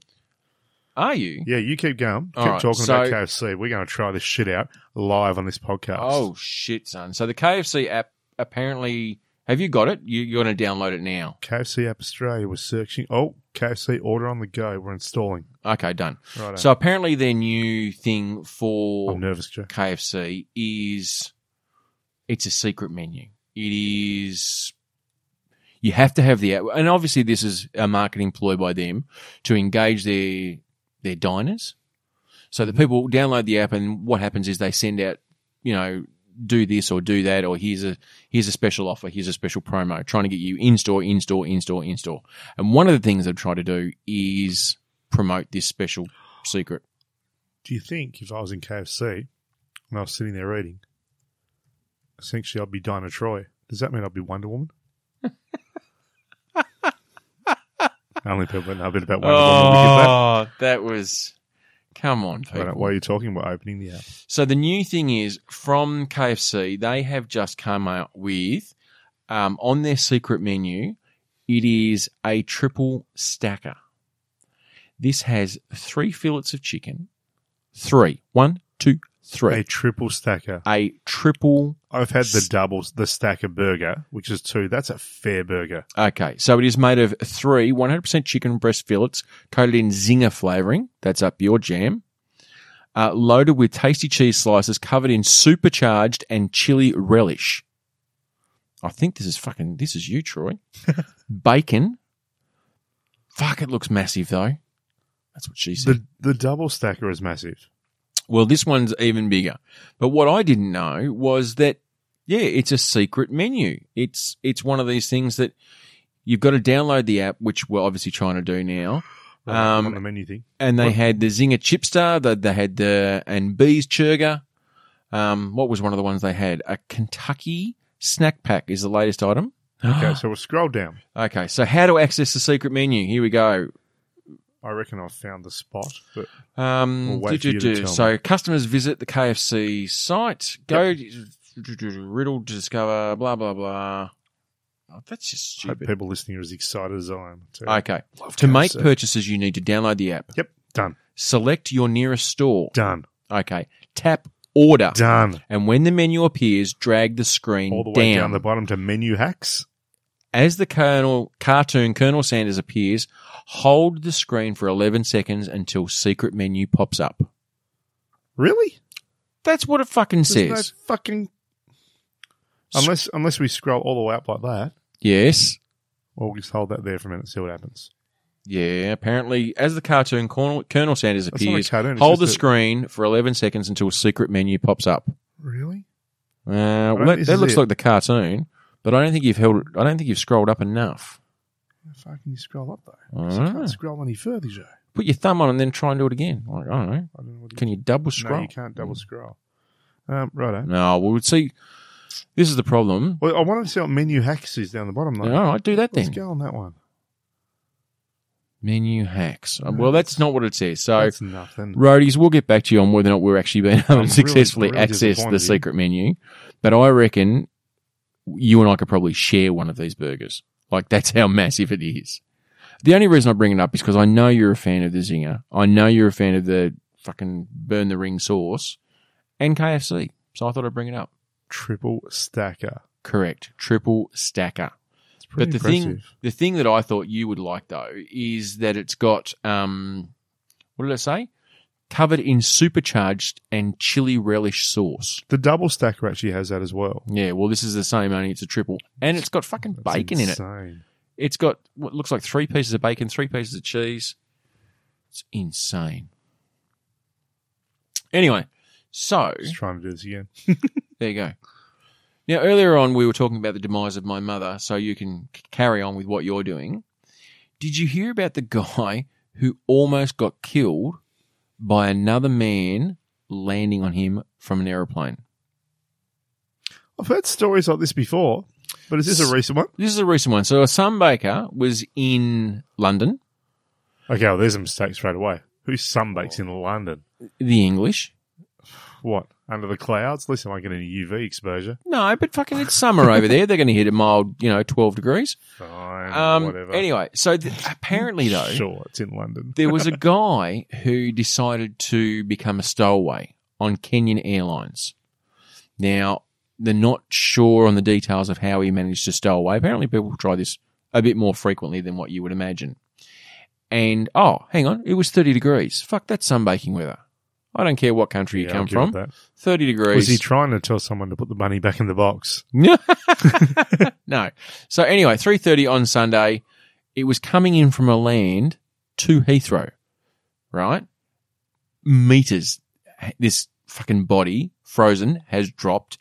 [SPEAKER 1] Are you?
[SPEAKER 2] Yeah, you keep going. Keep
[SPEAKER 1] All right,
[SPEAKER 2] talking
[SPEAKER 1] so-
[SPEAKER 2] about KFC. We're going to try this shit out live on this podcast.
[SPEAKER 1] Oh shit, son! So the KFC app apparently. Have you got it? You, you're going to download it now.
[SPEAKER 2] KFC App Australia. We're searching. Oh, KFC Order on the Go. We're installing.
[SPEAKER 1] Okay, done.
[SPEAKER 2] Right.
[SPEAKER 1] So apparently their new thing for
[SPEAKER 2] I'm nervous, Joe.
[SPEAKER 1] KFC is it's a secret menu. It is you have to have the app, and obviously this is a marketing ploy by them to engage their their diners. So the people download the app, and what happens is they send out, you know, do this or do that, or here's a here's a special offer, here's a special promo, trying to get you in store, in store, in store, in store. And one of the things they've tried to do is promote this special secret.
[SPEAKER 2] Do you think if I was in KFC and I was sitting there eating, essentially I'd be Dinah Troy? Does that mean I'd be
[SPEAKER 1] *laughs*
[SPEAKER 2] Wonder Woman? Only people that know a bit about Wonder Woman would get that.
[SPEAKER 1] Oh, that was. Come on,
[SPEAKER 2] I don't know
[SPEAKER 1] people.
[SPEAKER 2] why you're talking about opening the app.
[SPEAKER 1] So the new thing is from KFC, they have just come out with um, on their secret menu, it is a triple stacker. This has three fillets of chicken. Three. One, two,
[SPEAKER 2] A
[SPEAKER 1] three.
[SPEAKER 2] triple stacker.
[SPEAKER 1] A triple.
[SPEAKER 2] I've had the double, the stacker burger, which is two. That's a fair burger.
[SPEAKER 1] Okay, so it is made of three 100% chicken breast fillets coated in zinger flavoring. That's up your jam. Uh, loaded with tasty cheese slices covered in supercharged and chili relish. I think this is fucking, this is you, Troy. Bacon. Fuck, it looks massive though. That's what she said.
[SPEAKER 2] The the double stacker is massive.
[SPEAKER 1] well, this one's even bigger. But what I didn't know was that, yeah, it's a secret menu. It's, it's one of these things that you've got to download the app, which we're obviously trying to do now.
[SPEAKER 2] Right,
[SPEAKER 1] Um,
[SPEAKER 2] on the menu thing.
[SPEAKER 1] and they
[SPEAKER 2] Right.
[SPEAKER 1] had the Zinger Chipstar, they, they had the and Bees Churger. Um, what was one of the ones they had? A Kentucky snack pack is the latest item.
[SPEAKER 2] Okay, so we'll scroll down.
[SPEAKER 1] *gasps* okay, so how to access the secret menu? Here we go.
[SPEAKER 2] I reckon I've found the spot. But We'll
[SPEAKER 1] Um,
[SPEAKER 2] wait
[SPEAKER 1] do,
[SPEAKER 2] for
[SPEAKER 1] do,
[SPEAKER 2] you to
[SPEAKER 1] do.
[SPEAKER 2] tell
[SPEAKER 1] So customers visit the KFC site, go to- do, do, do, riddle to discover, blah blah blah. Oh, that's just
[SPEAKER 2] I hope
[SPEAKER 1] stupid.
[SPEAKER 2] people listening are as excited as I am. too.
[SPEAKER 1] Okay.
[SPEAKER 2] Love
[SPEAKER 1] To make
[SPEAKER 2] KFC.
[SPEAKER 1] purchases, you need to download the app.
[SPEAKER 2] Yep. Done.
[SPEAKER 1] Select your nearest store.
[SPEAKER 2] Done.
[SPEAKER 1] Okay. Tap order.
[SPEAKER 2] Done.
[SPEAKER 1] And when the menu appears, drag the screen
[SPEAKER 2] All the way
[SPEAKER 1] down.
[SPEAKER 2] down the bottom to menu hacks.
[SPEAKER 1] As the Colonel, cartoon Colonel Sanders appears, hold the screen for 11 seconds until secret menu pops up.
[SPEAKER 2] Really?
[SPEAKER 1] That's what it fucking
[SPEAKER 2] There's no
[SPEAKER 1] says.
[SPEAKER 2] fucking. Unless unless we scroll all the way up like that,
[SPEAKER 1] Yes.
[SPEAKER 2] or we'll just hold that there for a minute and see what happens.
[SPEAKER 1] Yeah, apparently, as the cartoon Colonel, Colonel Sanders
[SPEAKER 2] That's not a
[SPEAKER 1] appears,
[SPEAKER 2] cartoon. it's
[SPEAKER 1] hold the
[SPEAKER 2] just a-
[SPEAKER 1] screen for 11 seconds until secret menu pops up.
[SPEAKER 2] Really?
[SPEAKER 1] Uh, well,
[SPEAKER 2] think
[SPEAKER 1] that,
[SPEAKER 2] this
[SPEAKER 1] that
[SPEAKER 2] is
[SPEAKER 1] looks
[SPEAKER 2] it.
[SPEAKER 1] like the cartoon, but I don't think you've held. I don't think you've scrolled up enough.
[SPEAKER 2] How far can you scroll up though?
[SPEAKER 1] I
[SPEAKER 2] 'Cause
[SPEAKER 1] don't
[SPEAKER 2] You
[SPEAKER 1] know.
[SPEAKER 2] can't scroll any further, Joe.
[SPEAKER 1] Put your thumb on and then try and do it again. Like I don't know.
[SPEAKER 2] I don't know what
[SPEAKER 1] Can you double scroll? Hmm.
[SPEAKER 2] No, you can't double scroll. Um, righto.
[SPEAKER 1] No, well, we'd see. This is the problem.
[SPEAKER 2] Well, I wanted to see what menu hacks is down the bottom though.
[SPEAKER 1] All right, do that
[SPEAKER 2] Let's
[SPEAKER 1] then.
[SPEAKER 2] go on that one.
[SPEAKER 1] Menu hacks. Uh,
[SPEAKER 2] No,
[SPEAKER 1] Well,
[SPEAKER 2] that's-
[SPEAKER 1] that's not what it says. So,
[SPEAKER 2] That's nothing.
[SPEAKER 1] roadies, we'll get back to you on whether or not we're actually being able to
[SPEAKER 2] really-
[SPEAKER 1] successfully
[SPEAKER 2] really
[SPEAKER 1] access the
[SPEAKER 2] disappointed.
[SPEAKER 1] secret menu. But I reckon you and I could probably share one of these burgers. Like that's how massive it is. The only reason I bring it up is because I know you're a fan of the Zinger. I know you're a fan of the fucking burn the ring sauce and KFC. So I thought I'd bring it up.
[SPEAKER 2] Triple stacker.
[SPEAKER 1] Correct. Triple stacker.
[SPEAKER 2] It's pretty
[SPEAKER 1] but the
[SPEAKER 2] impressive.
[SPEAKER 1] thing, the thing that I thought you would like though is that it's got um, what did I say? Covered in supercharged and chili relish sauce.
[SPEAKER 2] the double stacker actually has that as well.
[SPEAKER 1] Yeah, well, this is the same, only it's a triple, and it's got fucking
[SPEAKER 2] That's
[SPEAKER 1] bacon in it.
[SPEAKER 2] insane.
[SPEAKER 1] It's got what looks like three pieces of bacon, three pieces of cheese. It's insane. Anyway, so
[SPEAKER 2] Just trying to do this again.
[SPEAKER 1] there you go. Now, earlier on, we were talking about the demise of my mother, so you can c- carry on with what you're doing. Did you hear about the guy who almost got killed by another man landing on him from an aeroplane?
[SPEAKER 2] I've heard stories like this before, but is this a recent one?
[SPEAKER 1] This is a recent one. So, a sunbaker was in London,
[SPEAKER 2] Okay, well, there's a mistake straight away. Who sunbakes in London?
[SPEAKER 1] the English.
[SPEAKER 2] What? Under the clouds? At least I won't get any UV exposure.
[SPEAKER 1] No, but fucking it's summer over there. They're going to hit a mild, you know, 12 degrees.
[SPEAKER 2] Fine,
[SPEAKER 1] Um,
[SPEAKER 2] whatever.
[SPEAKER 1] anyway, so th- apparently, though.
[SPEAKER 2] Sure, it's in London.
[SPEAKER 1] there was a guy who decided to become a stowaway on Kenyan Airlines. Now, they're not sure on the details of how he managed to stow away. Apparently, people try this a bit more frequently than what you would imagine. And oh, hang on, it was 30 degrees. Fuck, that's sunbaking weather. I don't care what country you
[SPEAKER 2] Yeah,
[SPEAKER 1] come
[SPEAKER 2] I'll give it
[SPEAKER 1] from.
[SPEAKER 2] that.
[SPEAKER 1] 30 degrees.
[SPEAKER 2] Was he trying to tell someone to put the money back in the box?
[SPEAKER 1] *laughs* no. So anyway, three thirty on Sunday, it was coming in from a land to Heathrow, right? Meters. This fucking body, frozen, has dropped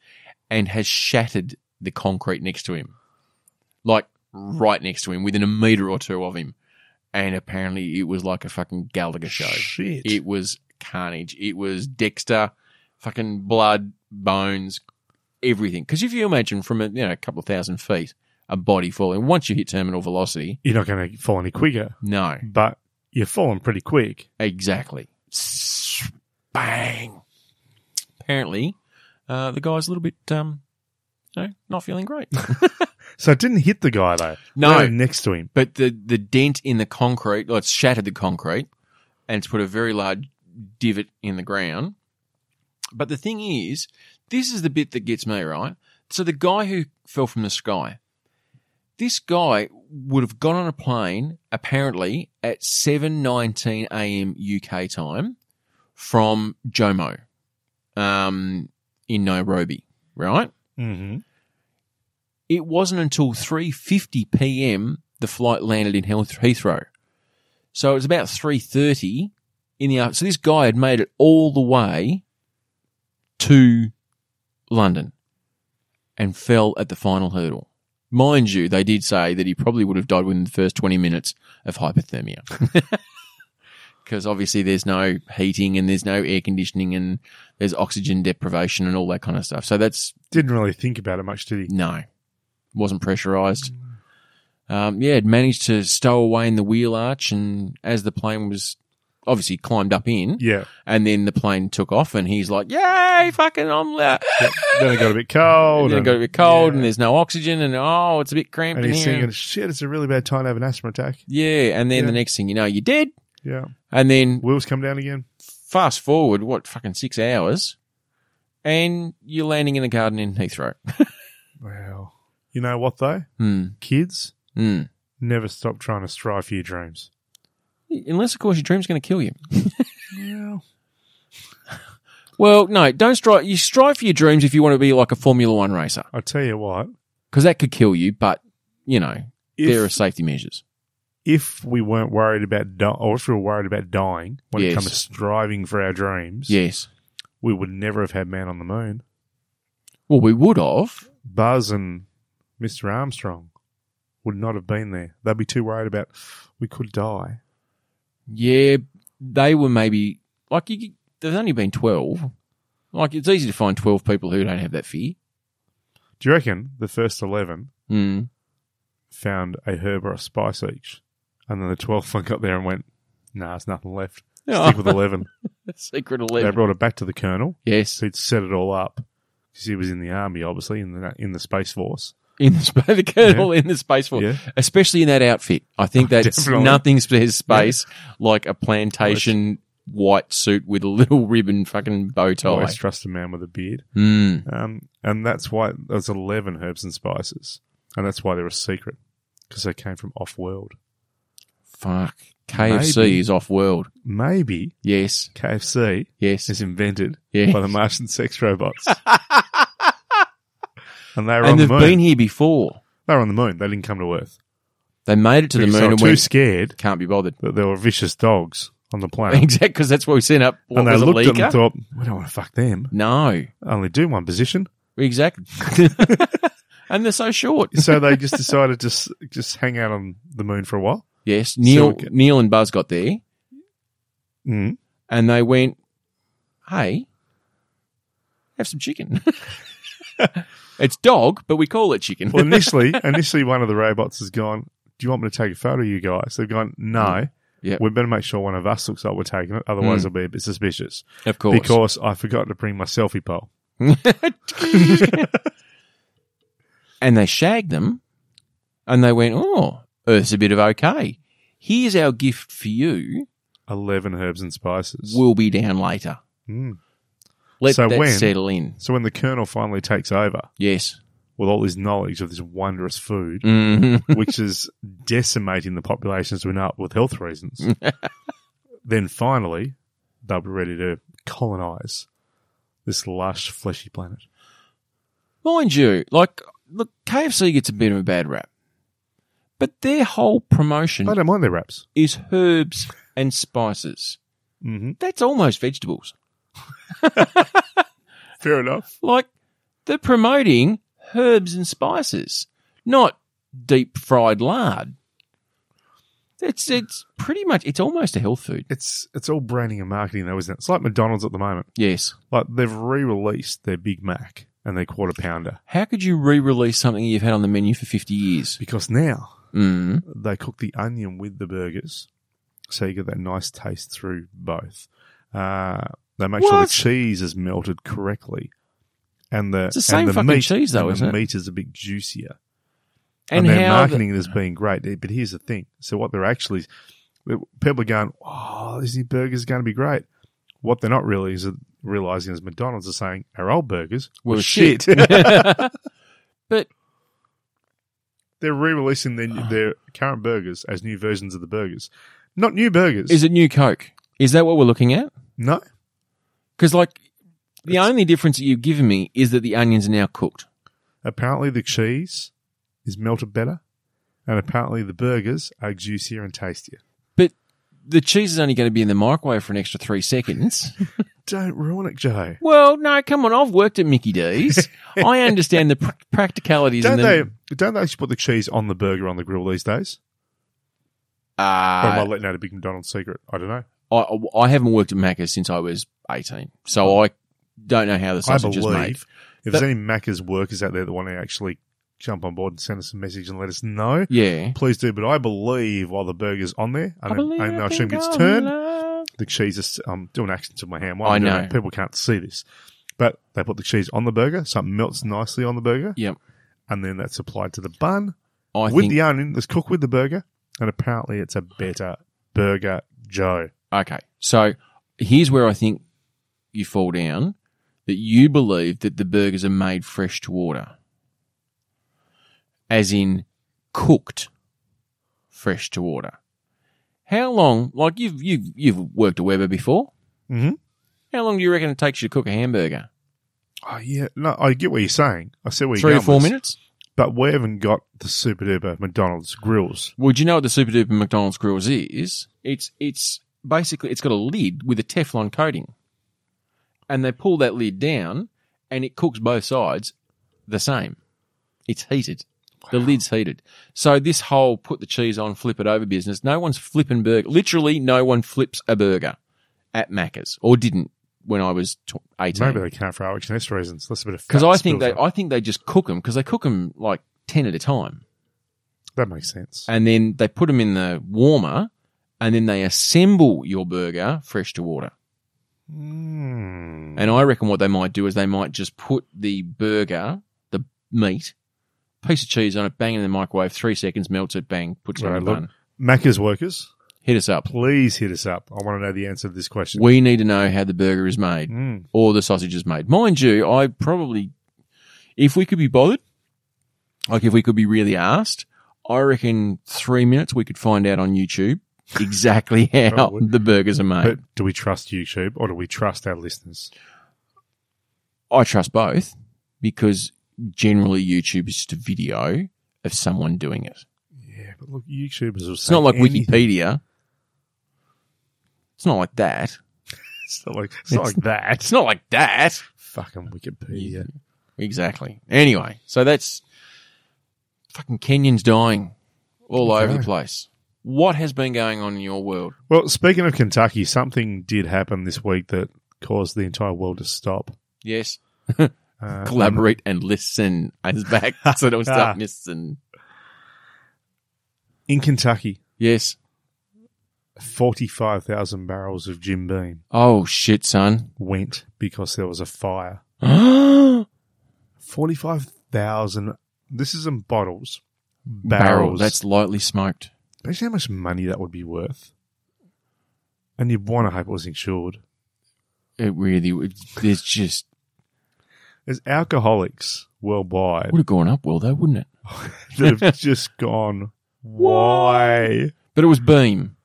[SPEAKER 1] and has shattered the concrete next to him, like right next to him, within a meter or two of him. And apparently, it was like a fucking Gallagher show.
[SPEAKER 2] Shit.
[SPEAKER 1] It was carnage. It was Dexter, fucking blood, bones, everything. Because if you imagine from a you know a couple of thousand feet, a body falling once you hit terminal velocity,
[SPEAKER 2] You're not going to fall any quicker,
[SPEAKER 1] no,
[SPEAKER 2] but you're falling pretty quick.
[SPEAKER 1] exactly, bang. Apparently, uh, the guy's a little bit, um, you know, not feeling great.
[SPEAKER 2] So it didn't hit the guy, though.
[SPEAKER 1] No.
[SPEAKER 2] Right next to him.
[SPEAKER 1] But the, the dent in the concrete, well, it's shattered the concrete and it's put a very large divot in the ground. But the thing is, this is the bit that gets me, right? So the guy who fell from the sky, this guy would have got on a plane apparently at 7:19 a.m. UK time from Jomo um, in Nairobi, right?
[SPEAKER 2] Mm-hmm.
[SPEAKER 1] it wasn't until 3.50 p.m. the flight landed in Heath- heathrow. so it was about 3.30 in the afternoon. so this guy had made it all the way to london and fell at the final hurdle. mind you, they did say that he probably would have died within the first 20 minutes of hypothermia. *laughs* because obviously there's no heating and there's no air conditioning and there's oxygen deprivation and all that kind of stuff. so that's
[SPEAKER 2] Didn't really think about it much, did he?
[SPEAKER 1] no, wasn't pressurized. Um, yeah, it managed to stow away in the wheel arch, and as the plane was obviously climbed up in,
[SPEAKER 2] Yeah.
[SPEAKER 1] and then the plane took off, and he's like, "Yay, fucking omelette!"
[SPEAKER 2] Then it got a bit
[SPEAKER 1] *laughs*
[SPEAKER 2] cold.
[SPEAKER 1] then it got a bit cold, and there's no oxygen, and oh, it's a bit cramped
[SPEAKER 2] and
[SPEAKER 1] in
[SPEAKER 2] he's
[SPEAKER 1] here.
[SPEAKER 2] singing, shit, it's a really bad time to have an asthma attack.
[SPEAKER 1] yeah, and then
[SPEAKER 2] Yeah.
[SPEAKER 1] the next thing you know, you're dead.
[SPEAKER 2] Yeah.
[SPEAKER 1] And then
[SPEAKER 2] Wheels come down again.
[SPEAKER 1] fast forward, what fucking six hours, and you're landing in a garden in Heathrow.
[SPEAKER 2] Wow. You know what, though?
[SPEAKER 1] Hmm.
[SPEAKER 2] Kids,
[SPEAKER 1] Hmm.
[SPEAKER 2] never stop trying to strive for your dreams.
[SPEAKER 1] Unless, of course, your dream's going to kill you.
[SPEAKER 2] Yeah.
[SPEAKER 1] Well, no, don't strive. You strive for your dreams if you want to be like a Formula One racer,
[SPEAKER 2] I tell you what,
[SPEAKER 1] because that could kill you. But you know, there are
[SPEAKER 2] if,
[SPEAKER 1] safety measures.
[SPEAKER 2] if we weren't worried about, di- or if we were worried about dying when it
[SPEAKER 1] Yes.
[SPEAKER 2] comes to striving for our dreams,
[SPEAKER 1] Yes.
[SPEAKER 2] we would never have had Man on the Moon.
[SPEAKER 1] Well, we would have.
[SPEAKER 2] Buzz and Mr. Armstrong would not have been there. They'd be too worried about, we could die.
[SPEAKER 1] Yeah, they were maybe like you, there's only been twelve. Like it's easy to find twelve people who don't have that fear.
[SPEAKER 2] Do you reckon the first 11
[SPEAKER 1] Mm.
[SPEAKER 2] found a herb or a spice each? And then the 12th one got there and went, nah, there's nothing left.
[SPEAKER 1] *laughs*
[SPEAKER 2] Stick with 11.
[SPEAKER 1] Secret
[SPEAKER 2] they
[SPEAKER 1] eleven.
[SPEAKER 2] brought it back to the colonel.
[SPEAKER 1] Yes,
[SPEAKER 2] So he'd set it all up because he was in the army, obviously, in the in the space force.
[SPEAKER 1] in the, *laughs* spa- the colonel in the space force,
[SPEAKER 2] Yeah,
[SPEAKER 1] especially in that outfit. I
[SPEAKER 2] *laughs*
[SPEAKER 1] think
[SPEAKER 2] Oh,
[SPEAKER 1] that's
[SPEAKER 2] definitely.
[SPEAKER 1] nothing says space like a plantation white suit with a little ribbon fucking bow tie.
[SPEAKER 2] always trust a man with a beard.
[SPEAKER 1] Mm.
[SPEAKER 2] Um, and that's why there's eleven herbs and spices, and that's why they're a secret because they came from off world.
[SPEAKER 1] Fuck. KFC
[SPEAKER 2] Maybe.
[SPEAKER 1] is off world.
[SPEAKER 2] Maybe
[SPEAKER 1] Yes.
[SPEAKER 2] KFC
[SPEAKER 1] Yes.
[SPEAKER 2] is invented
[SPEAKER 1] yes.
[SPEAKER 2] by
[SPEAKER 1] *laughs*
[SPEAKER 2] the Martian sex robots, and they were on
[SPEAKER 1] and
[SPEAKER 2] the
[SPEAKER 1] they've
[SPEAKER 2] moon.
[SPEAKER 1] been here before.
[SPEAKER 2] They were on the moon. They didn't come to Earth.
[SPEAKER 1] They made it to the
[SPEAKER 2] Because
[SPEAKER 1] moon
[SPEAKER 2] they were
[SPEAKER 1] and
[SPEAKER 2] too
[SPEAKER 1] went,
[SPEAKER 2] scared
[SPEAKER 1] can't be
[SPEAKER 2] *laughs*
[SPEAKER 1] bothered.
[SPEAKER 2] that there were vicious dogs on the
[SPEAKER 1] *laughs*
[SPEAKER 2] planet.
[SPEAKER 1] Exactly, because that's what we sent up. What
[SPEAKER 2] and they
[SPEAKER 1] was it,
[SPEAKER 2] looked at them and
[SPEAKER 1] Leica?
[SPEAKER 2] thought, we don't want to fuck them.
[SPEAKER 1] No,
[SPEAKER 2] Only do one position. *laughs*
[SPEAKER 1] exactly. and they're so short.
[SPEAKER 2] so they
[SPEAKER 1] *laughs*
[SPEAKER 2] just decided to s- just hang out on the moon for a while.
[SPEAKER 1] Yes, Neil,
[SPEAKER 2] Silicon.
[SPEAKER 1] Neil and Buzz got there,
[SPEAKER 2] Mm.
[SPEAKER 1] and they went, "Hey, have some chicken." *laughs* it's dog, but we call it chicken.
[SPEAKER 2] Well, initially, initially one of the robots has gone. Do you want me to take a photo of you guys? They've gone. No.
[SPEAKER 1] Mm. Yep.
[SPEAKER 2] We better make sure one of us looks like we're taking it. Otherwise,
[SPEAKER 1] Mm.
[SPEAKER 2] it'll be a bit suspicious.
[SPEAKER 1] *laughs* of course,
[SPEAKER 2] Because I forgot to bring my selfie pole.
[SPEAKER 1] *laughs* and they shagged them, and they went, "Oh, Earth's a bit of okay. Here's our gift for you.
[SPEAKER 2] Eleven herbs and spices.
[SPEAKER 1] We'll be down later.
[SPEAKER 2] Mm.
[SPEAKER 1] Let
[SPEAKER 2] So
[SPEAKER 1] that
[SPEAKER 2] when-
[SPEAKER 1] settle in."
[SPEAKER 2] So when the colonel finally takes over
[SPEAKER 1] Yes.
[SPEAKER 2] with all his knowledge of this wondrous food,
[SPEAKER 1] hmm
[SPEAKER 2] which is decimating the populations we know it with health reasons. then finally, they'll be ready to colonize this lush, fleshy planet.
[SPEAKER 1] *laughs* Mind you, like, look, KFC gets a bit of a bad rap, but their whole promotion
[SPEAKER 2] I don't mind their wraps.
[SPEAKER 1] is herbs and spices.
[SPEAKER 2] Mm-hmm.
[SPEAKER 1] That's almost vegetables.
[SPEAKER 2] Fair enough.
[SPEAKER 1] Like, they're promoting herbs and spices, not deep fried lard. It's it's pretty much it's almost a health food.
[SPEAKER 2] It's it's all branding and marketing, though, isn't it? It's like McDonald's at the moment.
[SPEAKER 1] Yes.
[SPEAKER 2] Like they've re-released their Big Mac and their Quarter Pounder
[SPEAKER 1] How could you re-release something you've had on the menu for fifty years?
[SPEAKER 2] because now
[SPEAKER 1] Mm.
[SPEAKER 2] they cook the onion with the burgers, so you get that nice taste through both. Uh, they make sure the
[SPEAKER 1] What?
[SPEAKER 2] cheese is melted correctly, and the
[SPEAKER 1] It's the same
[SPEAKER 2] and the
[SPEAKER 1] fucking
[SPEAKER 2] meat,
[SPEAKER 1] cheese, though,
[SPEAKER 2] and
[SPEAKER 1] isn't
[SPEAKER 2] the
[SPEAKER 1] it?
[SPEAKER 2] Meat is a bit juicier.
[SPEAKER 1] And,
[SPEAKER 2] and, their
[SPEAKER 1] how the-
[SPEAKER 2] marketing it as being great. eh, But here's the thing: so what they're actually people are going, "Oh, this new burger's going to be great." What they're not really is realizing is McDonald's are saying our old burgers were
[SPEAKER 1] Well,
[SPEAKER 2] shit.
[SPEAKER 1] but
[SPEAKER 2] *laughs* they're re-releasing their their current burgers as new versions of the burgers, not new
[SPEAKER 1] *laughs*
[SPEAKER 2] burgers.
[SPEAKER 1] is it new Coke? Is that what we're looking at?
[SPEAKER 2] no?
[SPEAKER 1] Because like the
[SPEAKER 2] It's-
[SPEAKER 1] only difference that you've given me is that the onions are now cooked.
[SPEAKER 2] Apparently, the cheese is melted better, and apparently the burgers are juicier and tastier.
[SPEAKER 1] The cheese is only going to be in the microwave for an extra three
[SPEAKER 2] *laughs*
[SPEAKER 1] seconds.
[SPEAKER 2] Don't ruin it, Joe.
[SPEAKER 1] well, no, come on. I've worked at Mickey
[SPEAKER 2] *laughs*
[SPEAKER 1] D's. I understand the pr- practicalities.
[SPEAKER 2] Don't
[SPEAKER 1] and the,
[SPEAKER 2] they? Don't they actually put the cheese on the burger on the grill these days? Or am I
[SPEAKER 1] Uh,
[SPEAKER 2] letting out a big McDonald's secret? I don't know.
[SPEAKER 1] I, I haven't worked at Macca's since I was eighteen, so I don't know how the
[SPEAKER 2] Oh. I
[SPEAKER 1] sausage is made.
[SPEAKER 2] believe if there's any Macca's workers out there that want to actually jump on board and send us a message and let us know.
[SPEAKER 1] Yeah.
[SPEAKER 2] Please do. But I believe while the burger's on there, I, know, I, know I assume it's turned. the cheese is I'm doing accents with my hand. While
[SPEAKER 1] I
[SPEAKER 2] I'm doing
[SPEAKER 1] know.
[SPEAKER 2] it, people can't see this, but they put the cheese on the burger, so it melts nicely on the burger.
[SPEAKER 1] Yep.
[SPEAKER 2] and then that's applied to the bun
[SPEAKER 1] I
[SPEAKER 2] with
[SPEAKER 1] think.
[SPEAKER 2] the onion. It's cooked with the burger, and apparently it's a better burger, Joe.
[SPEAKER 1] okay. So here's where I think you fall down that you believe that the burgers are made fresh to order, as in cooked fresh to order. How long? Like you've you've you've worked a Weber before.
[SPEAKER 2] Mhm.
[SPEAKER 1] How long do you reckon it takes you to cook a hamburger?
[SPEAKER 2] Oh yeah, no, I get what you're saying. I see where you're
[SPEAKER 1] Three or
[SPEAKER 2] going
[SPEAKER 1] four
[SPEAKER 2] with this.
[SPEAKER 1] minutes.
[SPEAKER 2] but we haven't got the super duper McDonald's grills.
[SPEAKER 1] Well, do you know what the Super Duper McDonald's grills is? It's it's basically it's got a lid with a Teflon coating, and they pull that lid down, and it cooks both sides the same. It's heated. The lid's heated. So this whole put the cheese on, flip it over business. No one's flipping burger. Literally, no one flips a burger at Macca's or didn't when I was tw eighteen.
[SPEAKER 2] Maybe they can't for RHS reasons. That's a bit of
[SPEAKER 1] Because
[SPEAKER 2] fat
[SPEAKER 1] I think they
[SPEAKER 2] spills up.
[SPEAKER 1] I think they just cook them because they cook them like ten at a time
[SPEAKER 2] that makes sense.
[SPEAKER 1] and then they put them in the warmer, and then they assemble your burger fresh to order.
[SPEAKER 2] Mm.
[SPEAKER 1] And I reckon what they might do is they might just put the burger, the meat, piece of cheese on it, bang it in the microwave, three seconds, melts it, bang, puts it
[SPEAKER 2] Right,
[SPEAKER 1] on the
[SPEAKER 2] look.
[SPEAKER 1] bun.
[SPEAKER 2] Macca's workers,
[SPEAKER 1] Hit us up.
[SPEAKER 2] please hit us up. I want to know the answer to this question.
[SPEAKER 1] We need to know how the burger is made
[SPEAKER 2] Mm.
[SPEAKER 1] or the sausage is made. Mind you, I probably, if we could be bothered, like if we could be really asked, I reckon three minutes we could find out on YouTube exactly how
[SPEAKER 2] *laughs* Probably.
[SPEAKER 1] the burgers are made.
[SPEAKER 2] But do we trust YouTube or do we trust our listeners?
[SPEAKER 1] I trust both because generally YouTube is just a video of someone doing it.
[SPEAKER 2] Yeah, but look, YouTubers will
[SPEAKER 1] It's not like Wikipedia. It's not like that.
[SPEAKER 2] *laughs* It's not like, it's not like that.
[SPEAKER 1] It's not like that.
[SPEAKER 2] *laughs* Fucking Wikipedia.
[SPEAKER 1] Exactly. Anyway, so that's fucking Kenyans dying all
[SPEAKER 2] Okay.
[SPEAKER 1] over the place. What has been going on in your world?
[SPEAKER 2] Well, speaking of Kentucky, something did happen this week that caused the entire world to stop.
[SPEAKER 1] Yes,
[SPEAKER 2] Uh,
[SPEAKER 1] collaborate and listen. I was
[SPEAKER 2] *laughs*
[SPEAKER 1] back, so don't
[SPEAKER 2] Ah.
[SPEAKER 1] start missing.
[SPEAKER 2] In Kentucky,
[SPEAKER 1] Yes.
[SPEAKER 2] 45,000 barrels of Jim Beam
[SPEAKER 1] Oh shit, son. *gasps*
[SPEAKER 2] went because there was a fire.
[SPEAKER 1] Barrel.
[SPEAKER 2] 45,000. This is in bottles. Barrels.
[SPEAKER 1] That's lightly smoked.
[SPEAKER 2] Imagine how much money that would be worth. And you'd want to hope it was insured.
[SPEAKER 1] It really would. There's just
[SPEAKER 2] There's alcoholics worldwide
[SPEAKER 1] *laughs* would have gone up well though, wouldn't it?
[SPEAKER 2] that have just gone, why?
[SPEAKER 1] But it was Beam.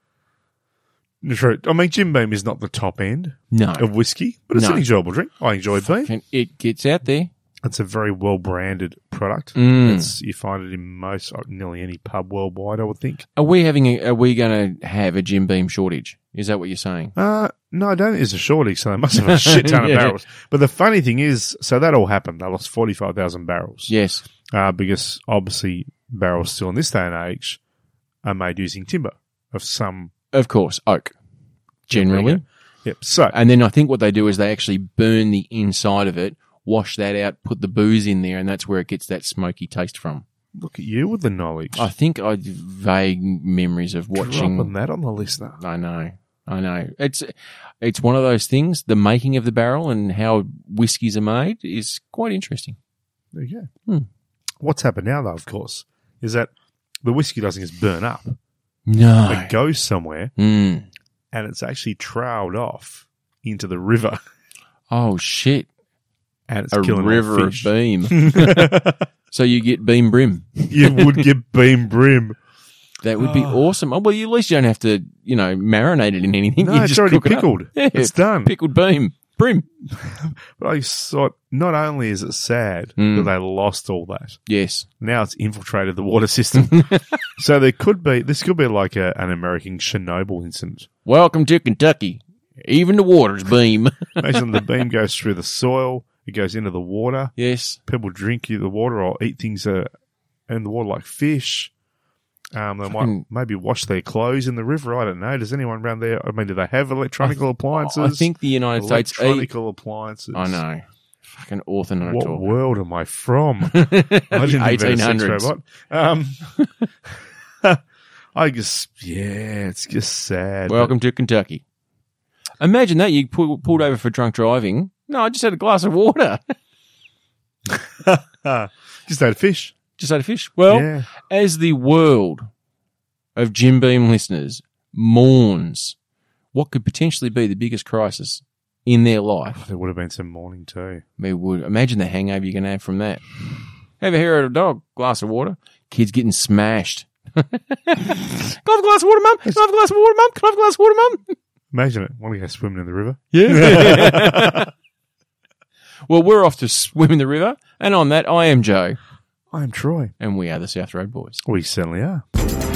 [SPEAKER 2] True. I mean, Jim Beam is not the top end
[SPEAKER 1] No,
[SPEAKER 2] of whiskey, but it's
[SPEAKER 1] No.
[SPEAKER 2] an enjoyable drink. I enjoy Beam.
[SPEAKER 1] And it gets out there.
[SPEAKER 2] It's a very well branded product.
[SPEAKER 1] Mm.
[SPEAKER 2] It's, you find it in most, uh, nearly any pub worldwide, I would think.
[SPEAKER 1] Are we having? A, are we going to have a Jim Beam shortage? Is that what you're saying?
[SPEAKER 2] Uh, no, I don't think it's a shortage, so they must have
[SPEAKER 1] *laughs*
[SPEAKER 2] a shit ton of
[SPEAKER 1] Yeah.
[SPEAKER 2] barrels. But the funny thing is, so that all happened. They lost 45,000 barrels.
[SPEAKER 1] Yes.
[SPEAKER 2] Uh, because obviously barrels still in this day and age are made using timber of some.
[SPEAKER 1] Of course, oak. Generally,
[SPEAKER 2] Yep. So,
[SPEAKER 1] and then I think what they do is they actually burn the inside of it, wash that out, put the booze in there, and that's where it gets that smoky taste from.
[SPEAKER 2] look at you with the knowledge.
[SPEAKER 1] I think I vague memories of watching
[SPEAKER 2] Dropping that on the listener.
[SPEAKER 1] I know. I know. It's it's one of those things. The making of the barrel and how whiskies are made is quite interesting.
[SPEAKER 2] There you go.
[SPEAKER 1] Hmm.
[SPEAKER 2] What's happened now, though, of course, is that the whiskey doesn't just burn up.
[SPEAKER 1] No.
[SPEAKER 2] It goes somewhere
[SPEAKER 1] Mm.
[SPEAKER 2] and it's actually trailed off into the river
[SPEAKER 1] Oh shit!
[SPEAKER 2] and it's
[SPEAKER 1] a
[SPEAKER 2] killing all
[SPEAKER 1] river of
[SPEAKER 2] fish.
[SPEAKER 1] beam. so you get beam brim.
[SPEAKER 2] *laughs* you would get beam brim.
[SPEAKER 1] That would be
[SPEAKER 2] Oh.
[SPEAKER 1] awesome. Oh, well, you at least you don't have to, you know, marinate it in anything. *laughs*
[SPEAKER 2] No,
[SPEAKER 1] you
[SPEAKER 2] it's
[SPEAKER 1] just
[SPEAKER 2] already
[SPEAKER 1] cook it up.
[SPEAKER 2] pickled.
[SPEAKER 1] *laughs* Yeah,
[SPEAKER 2] It's done.
[SPEAKER 1] pickled beam brim.
[SPEAKER 2] but I thought, not only is it sad
[SPEAKER 1] Mm.
[SPEAKER 2] that they lost all that,
[SPEAKER 1] Yes.
[SPEAKER 2] now it's infiltrated the water system.
[SPEAKER 1] *laughs*
[SPEAKER 2] so there could be this could be like a, an American Chernobyl incident.
[SPEAKER 1] Welcome to Kentucky. Even the water's beam. *laughs*
[SPEAKER 2] Imagine the beam goes through the soil, it goes into the water.
[SPEAKER 1] yes.
[SPEAKER 2] People drink the water or eat things that are in the water like fish. Um, they might
[SPEAKER 1] Fucking-
[SPEAKER 2] maybe wash their clothes in the river. I don't know. Does anyone around there? I mean, do they have electronic
[SPEAKER 1] I
[SPEAKER 2] appliances?
[SPEAKER 1] I think the United States.
[SPEAKER 2] electronical appliances.
[SPEAKER 1] I know. fucking author not
[SPEAKER 2] what
[SPEAKER 1] at all.
[SPEAKER 2] world am
[SPEAKER 1] *laughs*
[SPEAKER 2] I from? I didn't invent a sex
[SPEAKER 1] 1800s.
[SPEAKER 2] robot. Um,
[SPEAKER 1] *laughs*
[SPEAKER 2] I just, yeah, it's just sad.
[SPEAKER 1] Welcome to Kentucky. Imagine that you pull, pulled over for drunk driving. No, I just had a glass of water. *laughs*
[SPEAKER 2] But- *laughs* just had a fish.
[SPEAKER 1] Just had a fish. Well,
[SPEAKER 2] yeah.
[SPEAKER 1] as the world of Jim Beam listeners mourns what could potentially be the biggest crisis in their life,
[SPEAKER 2] There would have been some morning too.
[SPEAKER 1] we would imagine the hangover you're going to have from that. Have a hair at a dog, glass of water, kids getting smashed. *laughs* Can I have a glass of water, mum? Can I have a glass of water, mum? Can I have a glass of water, mum?
[SPEAKER 2] Imagine it. Want to go swimming in the river?
[SPEAKER 1] *laughs* Yeah. well, we're off to swim in the river, and on that, I am Joe,
[SPEAKER 2] *laughs* I am Troy.
[SPEAKER 1] and we are the South Road Boys.
[SPEAKER 2] We certainly are.